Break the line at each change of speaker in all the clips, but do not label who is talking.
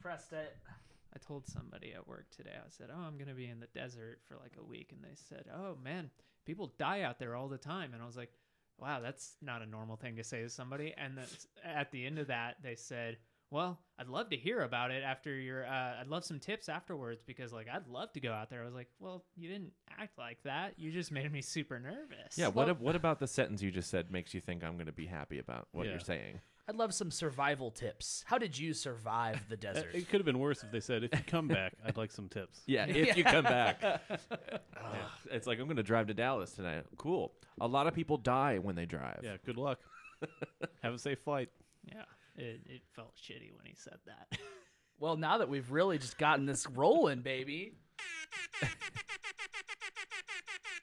pressed it.
I told somebody at work today, I said, Oh, I'm going to be in the desert for like a week. And they said, Oh, man, people die out there all the time. And I was like, Wow, that's not a normal thing to say to somebody. And that's, at the end of that, they said, Well, I'd love to hear about it after your, uh, I'd love some tips afterwards because like I'd love to go out there. I was like, Well, you didn't act like that. You just made me super nervous.
Yeah.
Well-
What ab- What about the sentence you just said makes you think I'm going to be happy about what
Yeah.
you're saying?
I'd love some survival tips. How did you survive the
Uh,
desert?
It could have been worse if they said, "If you come back, I'd like some tips."
Yeah. If you come back, Ugh, it's like I'm going to drive to Dallas tonight. Cool. A lot of people die when they drive.
Yeah. Good luck. have a safe flight.
Yeah. It, it felt shitty when he said that.
Well, now that we've really just gotten this rolling, baby.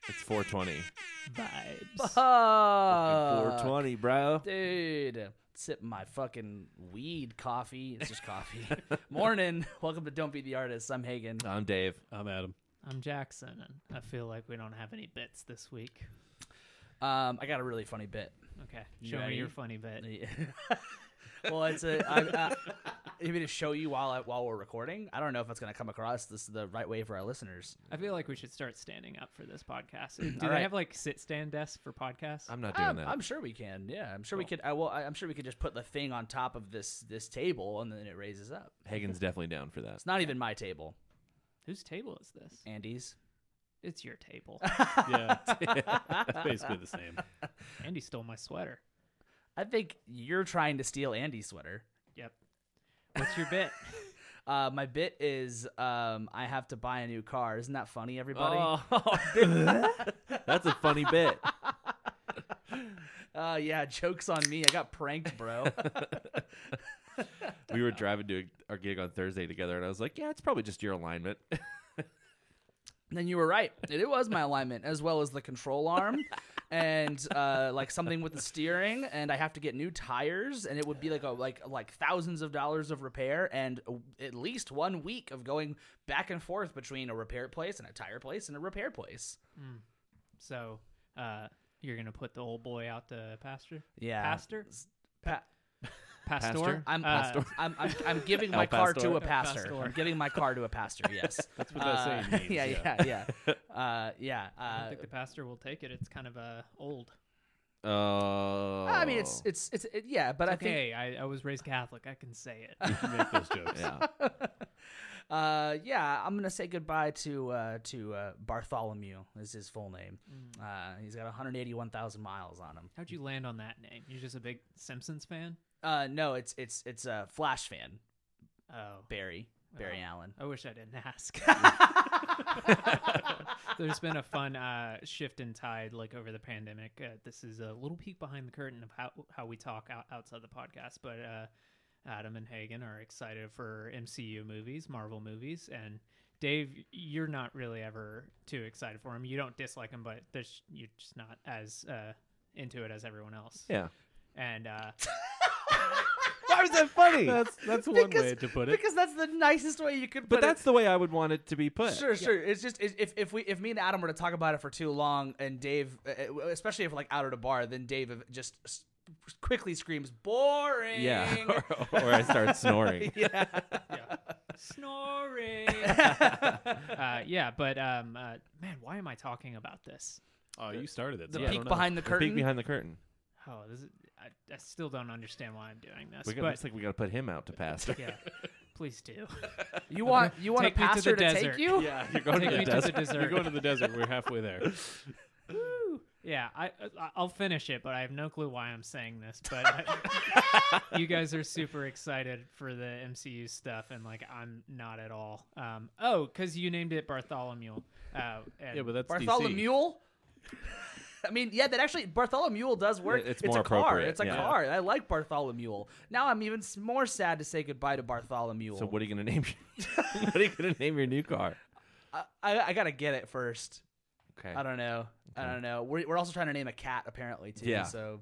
It's 420.
Vibes.
Fuck.
420, bro.
Uh, dude. Sip my fucking weed coffee. It's just coffee. Morning. Welcome to Don't Be the Artist. I'm Hagen.
I'm Dave.
I'm Adam.
I'm Jackson, and I feel like we don't have any bits this week.
Um, I got a really funny bit.
Okay,
You
show me your
ready?
funny bit.
well, it's a. I, uh, you mean to show you while I, while we're recording? I don't know if it's gonna come across this the right way for our listeners.
I feel like we should start standing up for this podcast. Do they
right.
have like sit stand desks for podcasts?
I'm not doing
I'm,
that.
Uh, I'm sure we can. Yeah, I'm sure we could. I will. I, I'm sure we could just put the thing on top of this this table and then it raises up.
Hagen's definitely down for that.
It's not even my table,
Whose table is this?
Andy's.
It's your table.
Yeah. it's basically the same.
Andy stole my sweater.
I think you're trying to steal Andy's sweater.
Yep. What's your bit?
Uh, my bit is um, I have to buy a new car. Isn't that funny, everybody?
Oh. That's a funny bit.
Uh, yeah, jokes on me. I got pranked, bro.
We were driving to our gig on Thursday together, and I was like, "Yeah, it's probably just your alignment."
then you were right. It was my alignment as well as the control arm and uh, like something with the steering. And I have to get new tires, and it would be like a like like thousands of dollars of repair and a- at least one week of going back and forth between a repair place and a tire place and a repair place.
so, uh, you're gonna put the old boy out to pasture?
Yeah.
Pastor?
Pa-
Pastor?
Pastor?
I'm,
Uh,
I'm, I'm, I'm giving
El
my car to
Pastor. El
a pastor.
Pastor.
I'm giving my car to a pastor. Yes, that's
what that saying means,
Yeah,
yeah.
yeah, yeah, uh, yeah.
I
Uh,
think the pastor will take it. It's kind of uh, old.
Oh,
uh, I mean, it's it's it's it, yeah, but I think
okay, I, I was raised Catholic. I can say it.
You can make those jokes.
yeah.
uh, yeah, I'm gonna say goodbye to uh, to uh, Bartholomew is his full name.
Mm.
Uh, he's got 181,000 miles on him.
How'd you land on that name? You're just a big Simpsons fan?
Uh, no, it's it's it's a Flash fan,
Oh.
Barry Barry
Oh.
Allen.
I wish I didn't ask. There's been a fun uh, shift in tide, like over the pandemic. Uh, this is a little peek behind the curtain of how how we talk out, outside the podcast. But uh, Adam and Hagen are excited for MCU movies, Marvel movies, and Dave, you're not really ever too excited for them. You don't dislike them, but there's, you're just not as uh, into it as everyone else.
yeah.
And uh,
Why was that funny?
That's that's one
Because-
way to put it.
Because that's the nicest way you could.
but
put it.
that's the way I would want it to be put.
Sure, sure. It's just it- if if we if me and Adam were to talk about it for too long, and Dave, uh, uh, especially if we're, like out at a bar, then Dave ev- just s- quickly screams boring.
Yeah. or, or I start snoring.
yeah.
yeah. snoring. uh, yeah, but um, uh, man, why am I talking about this?
Oh, you started it.
The
so I
peek
don't know.
behind the
The
curtain.
peek behind the curtain.
Oh, this is, I, I still don't understand why I'm doing this.
We got,
but
looks like we got to put him out to pasture.
yeah, please do.
you want you want
Take
a
me to the
pastor to, take
desert.
you?
yeah. You're going
Take
to the
me to the
desert.
We're
dessert.
going to the desert. We're halfway there.
yeah, I, I I'll finish it, but I have no clue why I'm saying this. But I- you guys are super excited for the MCU stuff, and like I'm not at all. Um, oh, because you named it Bartholomew. Uh, and
Yeah, but that's DC.
Bartholomew. I mean, yeah, that actually Bartholomew does work.
It's more
a car.
appropriate,
It's a
yeah.
car. I like Bartholomew. Now I'm even s- more sad to say goodbye to Bartholomew.
So what are you going to name? Your, what are you going to name your new car?
I, I, I gotta get it first.
Okay.
I don't know. I don't know. We're, we're also trying to name a cat apparently too.
Yeah.
So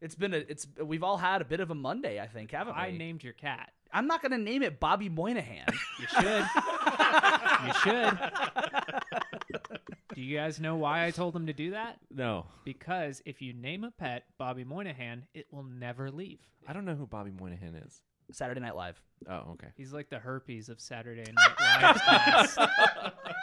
it's been a it's we've all had a bit of a Monday, I think, haven't
I
we?
named your cat.
I'm not gonna name it Bobby Moynihan.
You should. you should. Do you guys know why I told him to do that?
No,
Because if you name a pet Bobby Moynihan, it will never leave.
I don't know who Bobby Moynihan is.
Saturday Night Live.
Oh, okay.
He's like the herpes of Saturday Night Live's cast.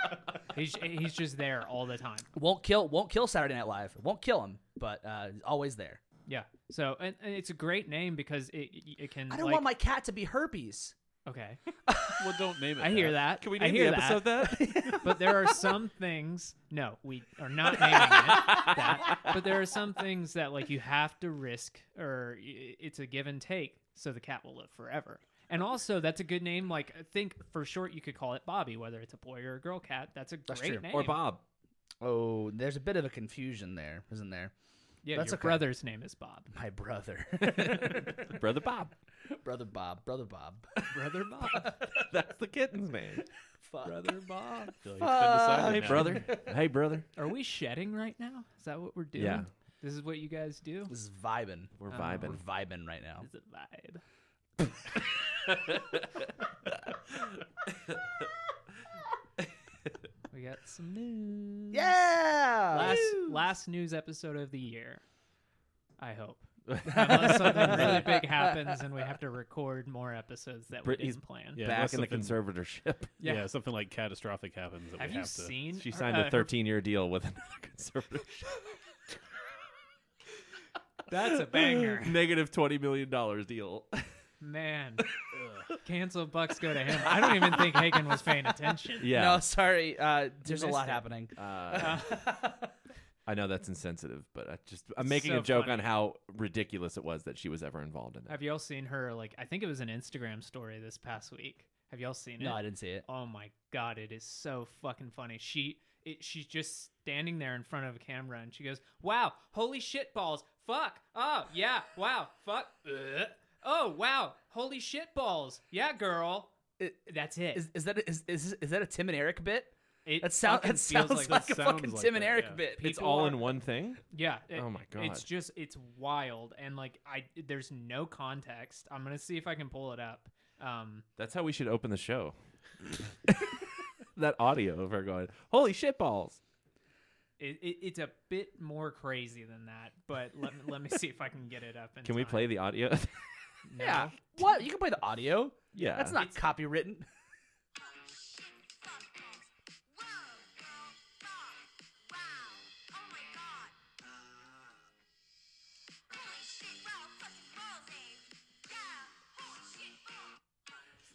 he's he's just there all the time.
Won't kill. Won't kill Saturday Night Live. Won't kill him, but uh, always there.
Yeah. So and, and it's a great name because it it can.
I don't
like-
want my cat to be herpes.
Okay.
Well, don't name it.
I hear that.
Can we
I
name
hear
the episode that?
but there are some things no we are not naming it that but there are some things that like you have to risk or y- it's a give and take so the cat will live forever and also that's a good name like i think for short you could call it bobby whether it's a boy or a girl cat that's a
That's
great
true.
name
or Bob.
Oh, there's a bit of a confusion there, isn't there?
yeah
That's
your
okay.
brother's name is bob
My brother,
Brother Bob.
brother Bob, brother Bob.
Brother Bob. That's the kitten's man.
Fuck.
Brother Bob.
Feel like it's been decided
Uh, Hey,
now.
brother. Hey, brother.
are we shedding right now is that what we're doing
Yeah.
this is what you guys do
This is vibing.
We're
Oh.
We're
vibing.
vibing right now.
it's a vibe we got some news
Yeah.
last last news episode of the year. I hope. Unless something really big happens and we have to record more episodes that we
Britney's-
didn't plan.
Yeah,
Back
unless
in the
something-
conservatorship.
Yeah.
Yeah.
something like catastrophic happens. That
Have
we
you
have to...
seen?
She
her-
signed
uh,
a
her-
13 year deal with another conservatorship.
That's a banger,
Negative $20 million deal.
man. Cancel bucks go to him. I don't even think Hagen was paying attention.
No,
Yeah.
sorry. Uh, there's a
missed
lot
it.
happening.
Uh, I know that's insensitive, but I just I'm making
so
a joke
funny.
on how ridiculous it was that she was ever involved in it.
Have y'all seen her? Like, I think it was an Instagram story this past week. Have y'all seen it?
No, I didn't see it.
oh my god it is so fucking funny she it, she's just standing there in front of a camera and she goes wow holy shit balls fuck oh yeah wow fuck Ugh. oh wow holy shit balls yeah girl
It-
that's it,
Is, is that is, is is that a Tim and Eric bit?
it
That sounds
fucking
that sounds like,
that.
a
sounds
fucking
like
Tim and
that,
Eric
yeah.
bit.
it's
people
all
are-
in one thing.
yeah it-
Oh my
it's
God.
just it's wild and like i there's no context i'm gonna see if i can pull it up um
That's how we should open the show. that audio of her going, "Holy shit balls!"
it, it, it's a bit more crazy than that but let me let me see if i can get it up in
Can we
time.
play the audio?
No.
Yeah. What? You can play the audio.
yeah,
That's not copywritten.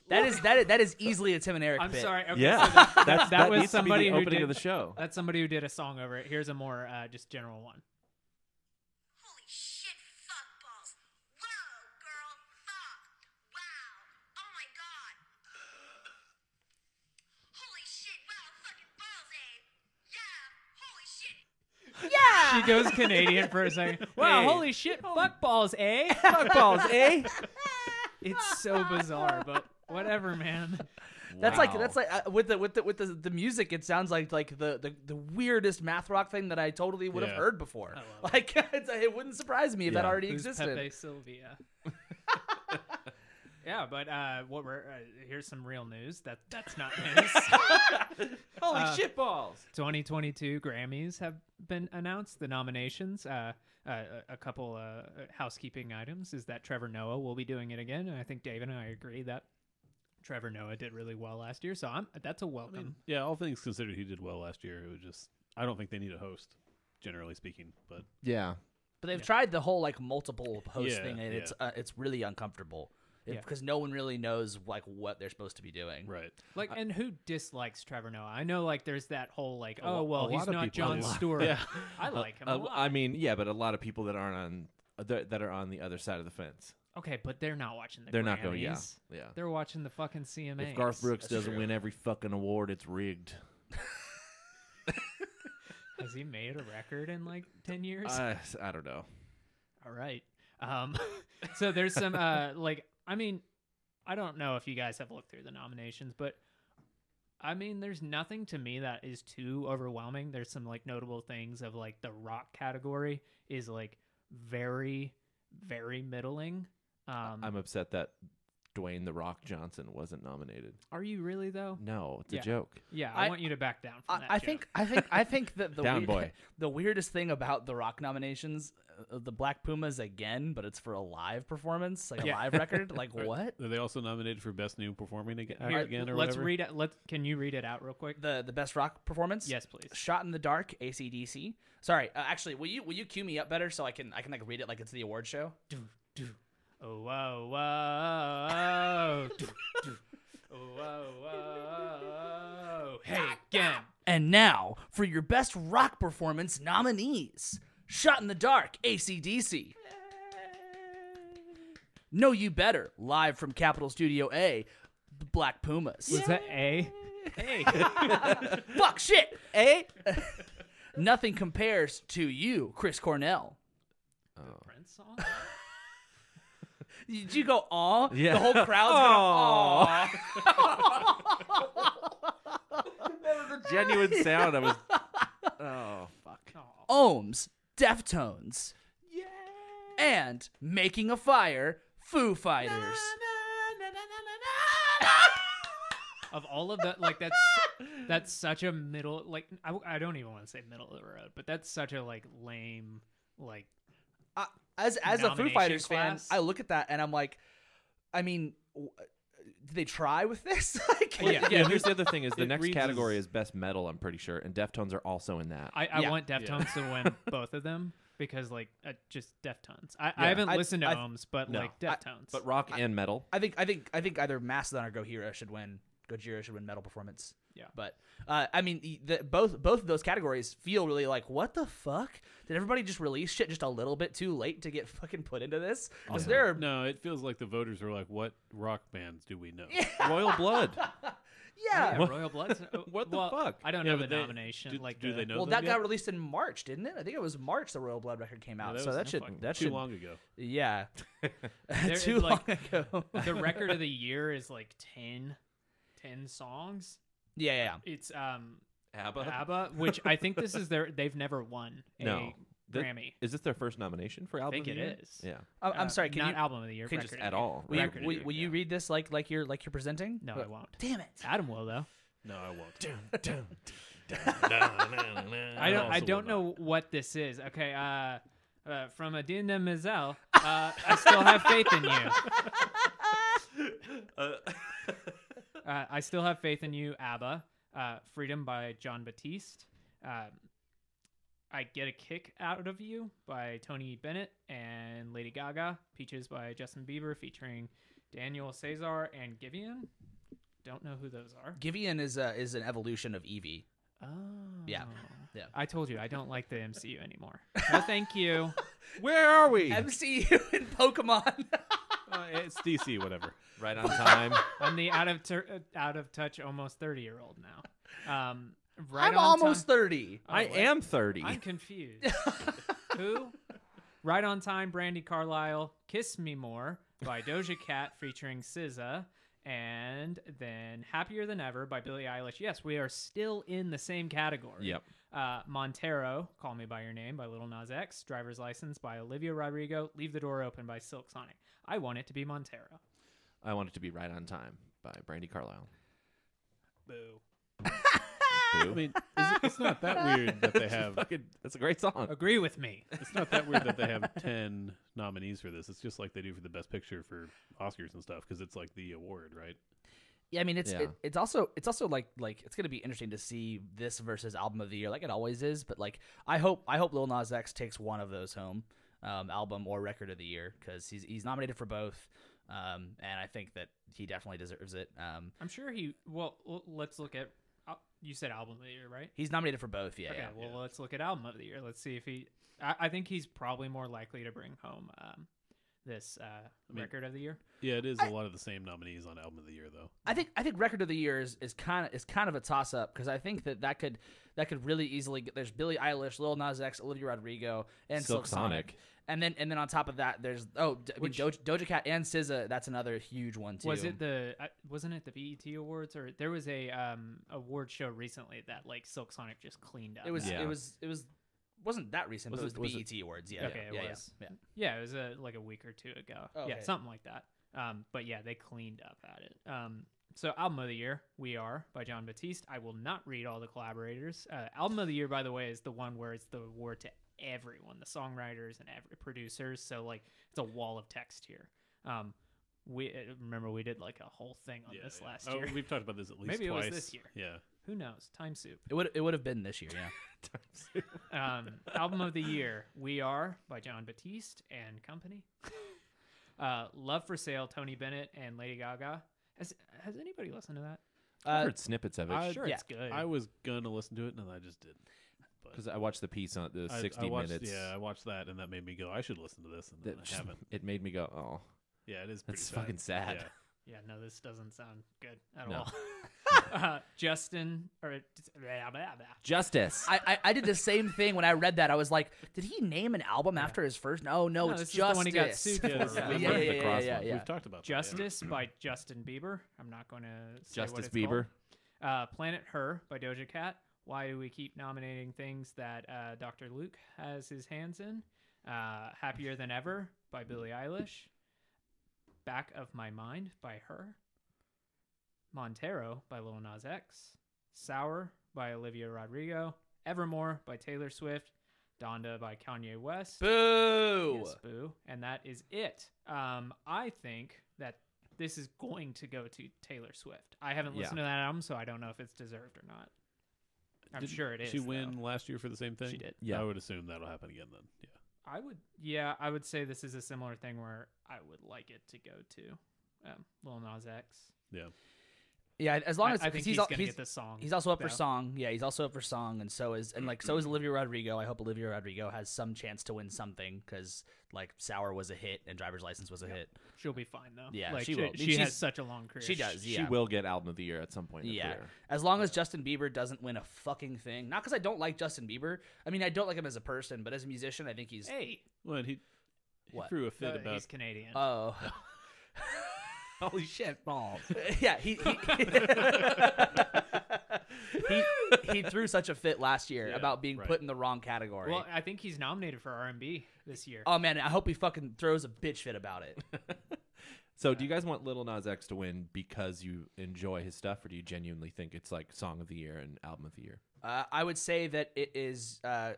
That is that is, that is easily a Tim and Eric
I'm
bit.
sorry. Okay,
Yeah,
so that,
That's- that,
that was
needs
somebody
to be
who
the opening
did-
of the show.
that's somebody who did a song over it. Here's a more uh, just general one. She goes Canadian for a second. Wow,
Hey.
holy shit, fuck balls, eh?
Fuck balls, eh?
It's so bizarre, but whatever, man.
That's like that's like uh, with the with the with the, the music. It sounds like like the, the the weirdest math rock thing that I totally would
Yeah.
have heard before.
I love
Like it's, it wouldn't surprise me if that
Yeah.
already
Who's
existed.
Pepe Sylvia? yeah, but uh, what we're uh, here's some real news. That that's not news.
holy
uh,
shit balls.
2022 Grammys have been announced. The nominations. Uh, uh, a a couple uh, housekeeping items is that Trevor Noah will be doing it again, and I think Dave and I agree that Trevor Noah did really well last year. So I'm that's a
I mean,
welcome.
yeah, all things considered, he did well last year. It was just, I don't think they need a host, generally speaking. But
Yeah,
But they've tried the whole like multiple host
Yeah,
thing, and
yeah.
it's uh, it's really uncomfortable
Yeah.
because no one really knows like what they're supposed to be doing.
right,
like, and who dislikes Trevor Noah? I know, like, there's that whole like,
lo-
oh well,
a
he's
lot of
not
people
John
do.
Stewart.
Yeah.
I like him a
Uh,
lot.
I mean, yeah, but a lot of people that aren't on that that are on the other side of the fence.
okay, but they're not watching the.
They're not going. Yeah,
Grammys.
yeah.
They're watching the fucking CMA.
If Garth Brooks
That's
doesn't
true.
win every fucking award, it's rigged.
has he made a record in like ten years?
I, I don't know.
All right. Um, so there's some uh, like I mean, I don't know if you guys have looked through the nominations, but I mean, there's nothing to me that is too overwhelming. There's some like notable things of like the rock category is like very, very middling. Um,
I'm upset that Dwayne the Rock Johnson wasn't nominated.
Are you really though?
No, it's
Yeah.
a joke.
Yeah, I,
I-
want you to back down from
I,
that.
I
Joe.
think I think I think that the
Down
weird-
boy.
the weirdest thing about the rock nominations, uh, the Black Pumas again, but it's for a live performance, like a
Yeah.
live record. Like
Are-
what?
Are they also nominated for best new performing again,
Here,
again or
let's
whatever?
read it. Let can you read it out real quick?
The the best rock performance?
Yes, please.
Shot in the Dark, ACDC. Sorry, uh, actually, will you will you cue me up better so I can I can like read it like it's the award show?
Do, do. Oh whoa whoa. do, do. Oh whoa whoa. Hey again.
And now for your best rock performance nominees Shot in the Dark, ACDC. Know You Better, live from Capitol Studio A, The Black Pumas.
Was that a? Hey.
Fuck shit, eh? Nothing compares to you, Chris Cornell. Oh.
Prince song.
Did you go aw?
Yeah.
The whole crowd's going aw.
Genuine sound. I was. Oh fuck.
Aw.
Ohms, Deftones, and Making a Fire, Foo Fighters.
of all of that like that's that's such a middle like I, I don't even want to say middle of the road but that's such a like lame like
I, as as a Foo
Nomination
Fighters
class?
fan, I look at that and I'm like, I mean, w- did they try with this? like,
Yeah.
Yeah. Here's the other thing: is the
It
next
reads
category
as-
is best metal. I'm pretty sure, and Deftones are also in that.
I, I
Yeah.
want Deftones to win both of them because like uh, just Deftones I, I haven't
I-
listened to
I-
Ohms but
No.
like
I-
Deftones
but rock and metal.
I think I think I think either Mastodon or Gojira should win. Gojira should win metal performance.
Yeah.
but uh, I mean, the- the, both both of those categories feel really like what the fuck did everybody just release shit just a little bit too late to get fucking put into this? Because there are
No, it feels like the voters are like, what rock bands do we know?
Royal Blood.
yeah.
yeah, Royal Blood's oh,
What the
well,
fuck?
I don't
Yeah,
know the
but they-
nomination
do-
like
do
the-
they know
Well,
them
that
yet?
got released in March, didn't it? I think it was March the Royal Blood record came out.
that
so
was
that should
fucking
that
too
should
long ago.
yeah,
There-
too long
like-
ago.
the record of the year is like 10 10 songs
yeah, yeah, yeah.
it's um
ABBA.
ABBA which I think this is their they've never won a
No. Th-
Grammy
Is this their first nomination for
I
album?
think
of
it
the year?
is
Yeah.
I'm, Oh, I'm
Uh,
sorry. Can
not
you
album of the year
can you
record
just
of
At
the year.
all.
will you,
Record of
will,
the year,
will you
yeah.
read this like like you're like you're presenting?
No,
But-
I won't.
Damn it.
Adam will though.
No, I won't.
I don't. I
also
don't
will not.
know what this is. Okay. Uh, uh from Adina Mazel. Uh, I still have faith in you. Uh, I still have faith in you, ABBA. Uh, Freedom by John Batiste. Um, I get a kick out of you by Tony Bennett and Lady Gaga. Peaches by Justin Bieber featuring Daniel Cesar and Givian. Don't know who those are.
Givian is a, is an evolution of Eevee.
Oh.
Yeah. Yeah.
I told you I don't like the MCU anymore. No, thank you.
Where are we?
MCU in Pokemon.
Uh, it's DC, whatever.
Right on time.
I'm the out of tur uh, out of touch almost 30 year old now. Um, right
I'm
on
almost
time-
30.
Oh,
I
wait.
am 30.
I'm confused. Who? Right on time, Brandy Carlisle, "Kiss Me More" by Doja Cat featuring SZA, and then "Happier Than Ever" by Billie Eilish. Yes, we are still in the same category.
Yep.
Uh, Montero, "Call Me by Your Name" by Little Nas X, "Driver's License" by Olivia Rodrigo, "Leave the Door Open" by Silk Sonic. I want it to be Montero.
I want it to be right on time by Brandy Carlisle.
Boo.
I mean, is it, it's not that weird that they have.
Fucking, that's a great song.
Agree with me.
It's not that weird that they have ten nominees for this. It's just like they do for the best picture for Oscars and stuff because it's like the award, right?
Yeah, I mean it's
Yeah.
it, it's also it's also like like it's gonna be interesting to see this versus album of the year, like it always is. But like I hope I hope Lil Nas X takes one of those home, um, album or record of the year because he's he's nominated for both, um, and I think that he definitely deserves it. Um,
I'm sure he. Well, l- let's look at. al- You said album of the year, right?
he's nominated for both. Yeah,
okay.
yeah.
well, let's look at album of the year. Let's see if he. I, I think he's probably more likely to bring home um, this uh,
mean-
record of the year.
Yeah, it is a lot of the same nominees on album of the year, though.
I think I think record of the year is, is kind of is kind of a toss up because I think that that could that could really easily get there's Billie Eilish, Lil Nas X, Olivia Rodrigo, and
Silk
Silk, Sonic.
Sonic.
and then and then on top of that there's oh D- I mean,
Which-
Doja, Doja Cat and SZA that's another huge one too.
Was it the? I wasn't it the BET Awards or there was a um, award show recently that like Silk Sonic just cleaned up.
It was
Yeah.
it was it was wasn't that recent?
Was
but
it-
it was the
was it-
BET Awards? Yeah,
Okay, it
yeah, yeah,
was.
yeah.
Yeah, it was a, like a week or two ago.
Oh,
Yeah,
okay.
something like that. Um, but yeah, they cleaned up at it. Um, so album of the year, We Are by John Batiste. I will not read all the collaborators. Uh, album of the year, by the way, is the one where it's the award to everyone, the songwriters and every producers. So like it's a wall of text here. Um, we uh, remember we did like a whole thing on
Yeah,
this
yeah.
last
Oh,
year.
we've talked about this at least
Maybe it was
twice.
this year.
Yeah.
Who knows? Time soup.
It would it would have been this year, yeah.
um, album of the year we are by john batiste and company uh, love for sale tony bennett and lady gaga has, has anybody listened to that
I
Uh,
heard snippets of it.
I-
sure
yeah,
it's good
I was gonna listen to it and I just didn't.
because I watched the piece on the
I-
60
I watched,
minutes.
Yeah, I watched that and that made me go. I should listen to this and then
that
I
just,
haven't.
it made me go, oh,
Yeah, it is. Pretty
that's fucking sad.
Yeah.
yeah no this doesn't sound good at
No.
all uh, justin or blah, blah, blah.
Justice.
I, I I did the same thing when I read that. I was like, did he name an album after his first? No, no,
No,
it's
this is the
Justice.
one he got sued
Yeah,
for,
this is
yeah,
the
yeah,
one
yeah,
with
yeah,
the
yeah,
cross
yeah,
one.
yeah.
We've talked about that, yeah.
justice by justin bieber i'm not going to say what
Justice
it's called.
Bieber.
Uh, Planet Her by Doja Cat. Why do we keep nominating things that uh, Dr. Luke has his hands in? Uh, Happier Than Ever by Billie Eilish. Back of My Mind by Her. Montero by Lil Nas X. Sour by Olivia Rodrigo. Evermore by Taylor Swift. Donda by Kanye West.
Boo!
Yes, boo. And that is it. Um, I think that this is going to go to Taylor Swift. I haven't
Yeah.
listened to that album, so I don't know if it's deserved or not. I'm
Didn't
sure it is.
She
though.
win last year for the same thing.
She did.
Yeah.
I would assume that'll happen again then. Yeah.
I would. Yeah, I would say this is a similar thing where I would like it to go to um, Lil Nas X.
Yeah, as long
I-
as
I, think
'cause
he's,
al-
gonna get this song.
He's also up for
though.
song. Yeah, he's also up for song, and so is and like so is Olivia Rodrigo. I hope Olivia Rodrigo has some chance to win something because like Sour was a hit and Driver's License was a hit.
She'll be fine though.
Yeah,
like,
she will.
She,
She's-
has such a long career.
She does. Yeah.
She will get album of the year at some point. in her
Yeah.
career.
As long as Justin Bieber doesn't win a fucking thing, not because I don't like Justin Bieber. I mean, I don't like him as a person, but as a musician, I think he's.
Hey,
Well, and he, he
What?
threw a fit
uh,
about
he's Canadian.
Oh.
Holy shit, balls.
yeah, he he, he he threw such a fit last year
Yeah,
about being
right.
put in the wrong category.
well, I think he's nominated for R&B this year.
oh man, I hope he fucking throws a bitch fit about it.
So, do you guys want Little Nas X to win because you enjoy his stuff, or do you genuinely think it's like song of the year and album of the year?
Uh, I would say that it is uh,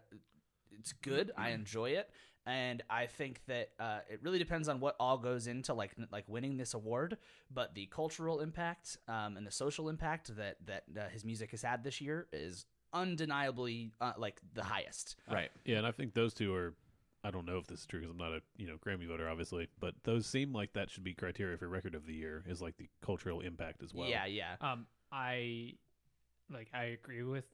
it's good. I enjoy it, and I think that uh, it really depends on what all goes into like like winning this award. But the cultural impact um, and the social impact that that uh, his music has had this year is undeniably uh, like the highest.
Right.
Yeah, and I think those two are. I don't know if this is true because I'm not a you know Grammy voter, obviously, but those seem like that should be criteria for record of the year is like the cultural impact as well.
Yeah, yeah.
Um, I like I agree with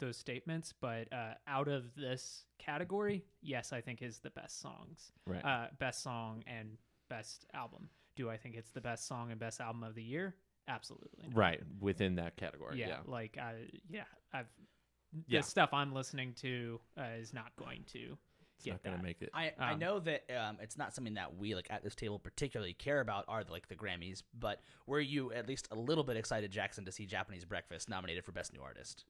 those statements, but uh, out of this category, yes, I think is the best songs,
Right.
uh, best song and best album. Do I think it's the best song and best album of the year? Absolutely. not.
right. Within that category.
Yeah,
Yeah.
Like I, yeah, I've
Yeah.
the stuff I'm listening to uh, is not going to
It's
get
not going
that.
to make it.
I, I
Um,
know that um, it's not something that we like at this table particularly care about are like the Grammys, but were you at least a little bit excited, Jackson, to see Japanese Breakfast nominated for Best New Artist?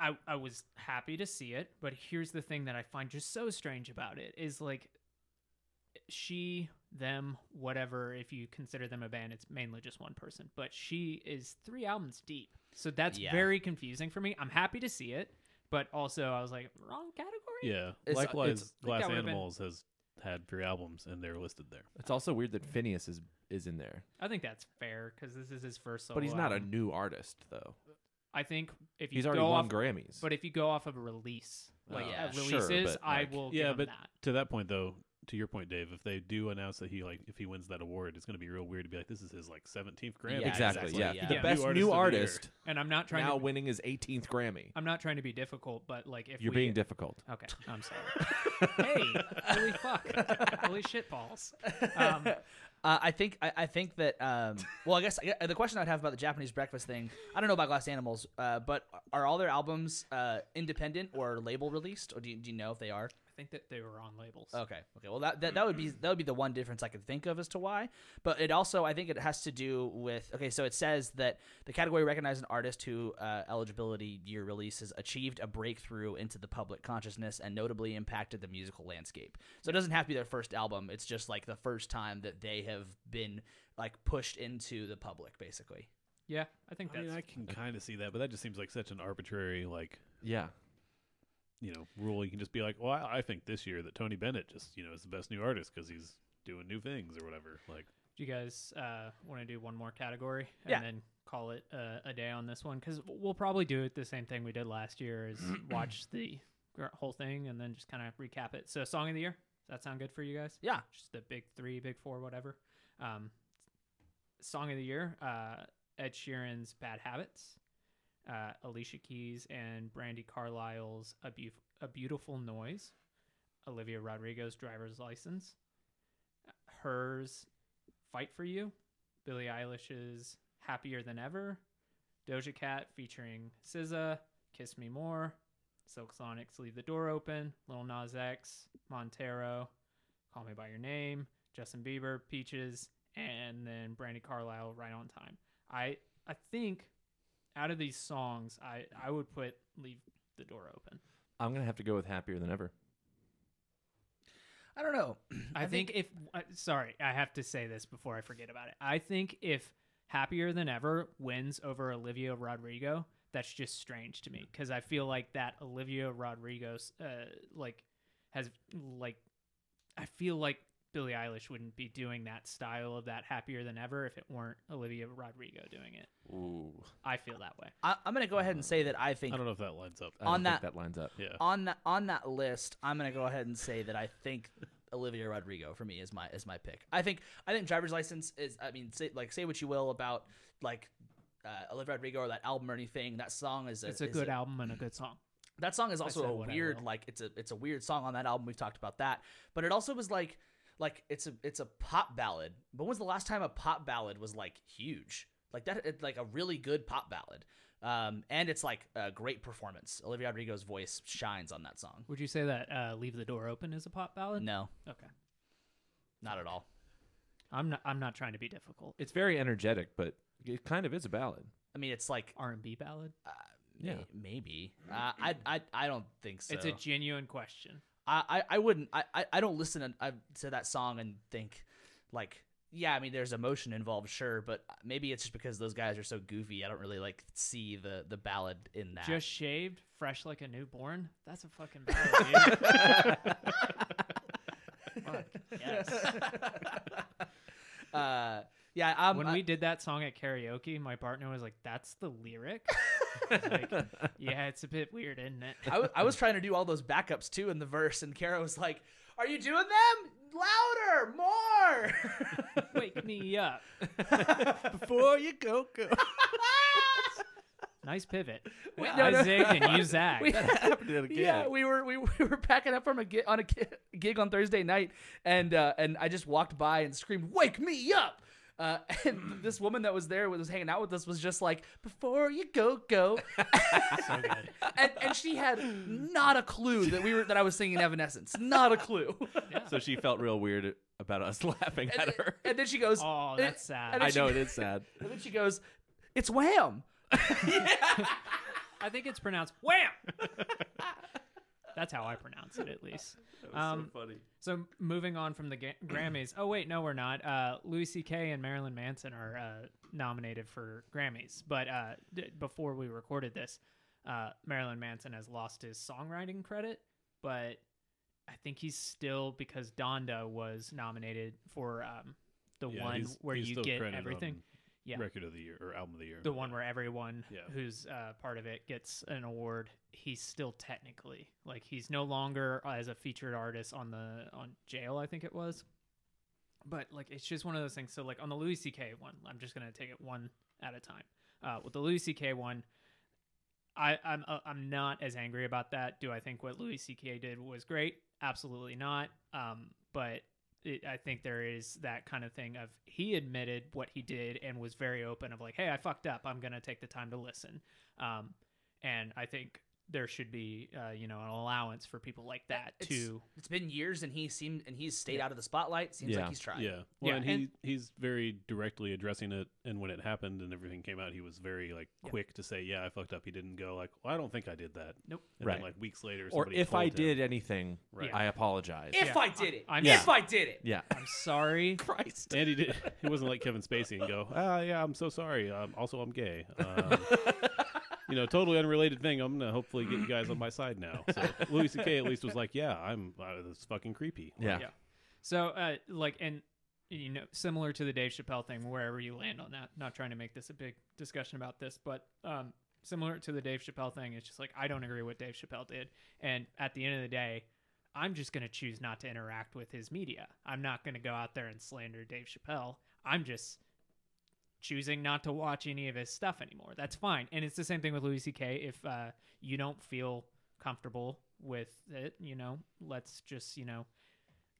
I, I was happy to see it, but here's the thing that I find just so strange about it is like she, them, whatever, if you consider them a band, it's mainly just one person, but she is three albums deep. So that's
Yeah.
very confusing for me. I'm happy to see it, but also I was like, wrong category?
Yeah.
It's-
Likewise,
it's-
Glass
uh, that would've been-
Animals has had three albums and they're listed there.
It's also weird that Phineas is is in there,
I think that's fair because this is his first solo.
but he's not a
album.
new artist though.
I think if you
He's
go
already
off,
won Grammys.
but if you go off of a release, like
Oh,
uh,
yeah,
sure,
releases,
but,
I
like-
will
yeah,
give him
but
that.
to that point though, to your point, Dave, if they do announce that he like if he wins that award, it's going to be real weird to be like, this is his like 17th Grammy.
Yeah,
exactly.
exactly,
Yeah.
yeah.
The
Yeah.
best
New
new
artist
artist,
of
And I'm not trying
now
to
winning his 18th Grammy.
I'm not trying to be difficult, but like if
You're
we,
being difficult.
okay, I'm sorry. hey, holy fuck, holy shit balls. Um,
Uh, I think I, I think that um, well, I guess I, the question I'd have about the Japanese breakfast thing, I don't know about Glass Animals, uh, but are all their albums uh, independent or label released, or do you, do you know if they are?
think that they were on labels.
Okay. Okay. Well, that, that that would be that would be the one difference I could think of as to why. But it also, I think, it has to do with. Okay, so it says that the category recognized an artist who uh, eligibility year releases achieved a breakthrough into the public consciousness and notably impacted the musical landscape. So it doesn't have to be their first album. It's just like the first time that they have been like pushed into the public, basically.
Yeah, I think
I
that's
mean, I can kind of see that, but that just seems like such an arbitrary, like
Yeah.
you know, rule. You can just be like, well, I, I think this year that Tony Bennett just you know is the best new artist because he's doing new things or whatever. Like,
Do you guys uh, want to do one more category and
Yeah.
then call it uh, a day on this one? Because we'll probably do it the same thing we did last year: is watch the gr- whole thing and then just kind of recap it. So, song of the year. Does that sound good for you guys?
Yeah.
Just the big three, big four, whatever. Um, song of the year: uh, Ed Sheeran's "Bad Habits," uh, Alicia Keys and Brandy Carlisle's "A, Beauf A Beautiful Noise," Olivia Rodrigo's "Driver's License." Hers Fight for You, Billie Eilish's Happier Than Ever, Doja Cat featuring SZA, Kiss Me More, Silk Sonics Leave the Door Open, Lil Nas X, Montero, Call Me By Your Name, Justin Bieber, Peaches, and then Brandy Carlisle Right on Time. I I think out of these songs, I, I would put Leave the Door Open.
I'm gonna have to go with happier than ever.
I don't know.
I, think, if uh, sorry, I have to say this before I forget about it. I think if Happier Than Ever wins over Olivia Rodrigo, that's just strange to me because I feel like that Olivia Rodrigo's uh, like has like I feel like Billie Eilish wouldn't be doing that style of that Happier Than Ever if it weren't Olivia Rodrigo doing it.
Ooh.
I feel that way.
I, I'm gonna go ahead and say that I think
I don't know if that lines up.
I don't
On
think
that-
that lines up.
yeah,
on that on that list, I'm gonna go ahead and say that I think Olivia Rodrigo for me is my is my pick. I think I think Driver's License is. I mean, say, like say what you will about like uh, Olivia Rodrigo or that album or anything. That song is a,
It's a
is
good album and a good song.
That song is also
said
a
what I
weird
will.
like it's a it's a weird song on that album. We've talked about that, but it also was like like it's a it's a pop ballad. But when's the last time a pop ballad was like huge? Like that it, like a really good pop ballad. Um, and it's like a great performance. Olivia Rodrigo's voice shines on that song.
Would you say that uh, Leave the Door Open is a pop ballad?
No,
Okay.
not at all.
I'm not I'm not trying to be difficult.
It's very energetic, but it kind of is a ballad.
I mean, it's like
R&B ballad?
uh,
Yeah.
may- maybe. Uh, I I I don't think so.
It's a genuine question.
I, I I wouldn't. I, I, I don't listen to, I, to that song and think, like, yeah, I mean, there's emotion involved, sure, but maybe it's just because those guys are so goofy. I don't really like see the the ballad in that.
Just shaved, fresh like a newborn. That's a fucking ballad, dude. Fuck, yes.
uh, yeah. Um,
when
I-
we did that song at karaoke, my partner was like, "That's the lyric." I was like, yeah, it's a bit weird, isn't it?
I, w- I was trying to do all those backups too in the verse, and Kara was like, "Are you doing them louder, more?"
Wake me up.
Before you go, go.
Nice pivot.
Wait, no, no.
Isaac and you, Zach.
We-
happened again.
Yeah, we were we, we were packing up from a gig, on a gi- gig on Thursday night, and uh, and I just walked by and screamed, "Wake me up!" Uh, and this woman that was there was hanging out with us was just like, "Before you go, go,"
so good.
and and she had not a clue that we were that I was singing Evanescence, not a clue.
So she felt real weird about us laughing
And,
at her.
and then she goes,
Oh,
and-
that's sad.
and
I
then she-
know it is sad.
And then she goes, "It's Wham."
I think it's pronounced wham. That's how I pronounce it, at least. Um,
so funny.
So moving on from the ga- Grammys. Oh wait, no, we're not. Uh, Louis C.K. and Marilyn Manson are uh, nominated for Grammys, but uh, d- before we recorded this, uh, Marilyn Manson has lost his songwriting credit, but I think he's still because Donda was nominated for um, the
Yeah,
one
he's-
where
he's
you
still
get
credited
everything.
on
Yeah.
record of the year or album of the year.
The one where everyone
Yeah.
who's uh, part of it gets an award. He's still technically like he's no longer as a featured artist on the on Jail, I think it was. But like it's just one of those things. So like on the Louis C.K. one, I'm just gonna take it one at a time. Uh, with the Louis C.K. one, I I'm uh, I'm not as angry about that. Do I think what Louis C.K. did was great? Absolutely not. Um, but it, I think there is that kind of thing of he admitted what he did and was very open of like, hey, I fucked up. I'm gonna take the time to listen. Um, and I think there should be uh, you know an allowance for people like that
It's-
to
It's been years, and he seemed and he's stayed out of the spotlight. Seems
Yeah.
like he's trying.
Yeah. Well,
Yeah,
and he
and-
he's very directly addressing it. And when it happened and everything came out, he was very like
Yeah.
quick to say, "Yeah, I fucked up." He didn't go like, "Well, I don't think I did that."
Nope.
And
Right.
Then, like weeks later,
Or
somebody
if
told
I
him.
did anything,
Right.
I apologize.
If
Yeah.
I did it,
I'm-
if I did it,
yeah.
I'm sorry.
Christ.
And he did. He wasn't like Kevin Spacey and go, "Ah, yeah, I'm so sorry. Um, also, I'm gay." Um, you know, totally unrelated thing. I'm gonna hopefully get you guys on my side now. So Louis C.K. at least was like, "Yeah, I'm. Uh, that's fucking creepy."
Yeah.
Yeah. So, uh, like, and you know, similar to the Dave Chappelle thing, wherever you land on that. Not trying to make this a big discussion about this, but um, similar to the Dave Chappelle thing, it's just like I don't agree with Dave Chappelle did, and at the end of the day. I'm just going to choose not to interact with his media. I'm not going to go out there and slander Dave Chappelle. I'm just choosing not to watch any of his stuff anymore. That's fine. And it's the same thing with Louis C.K. If uh, you don't feel comfortable with it, you know, let's just, you know,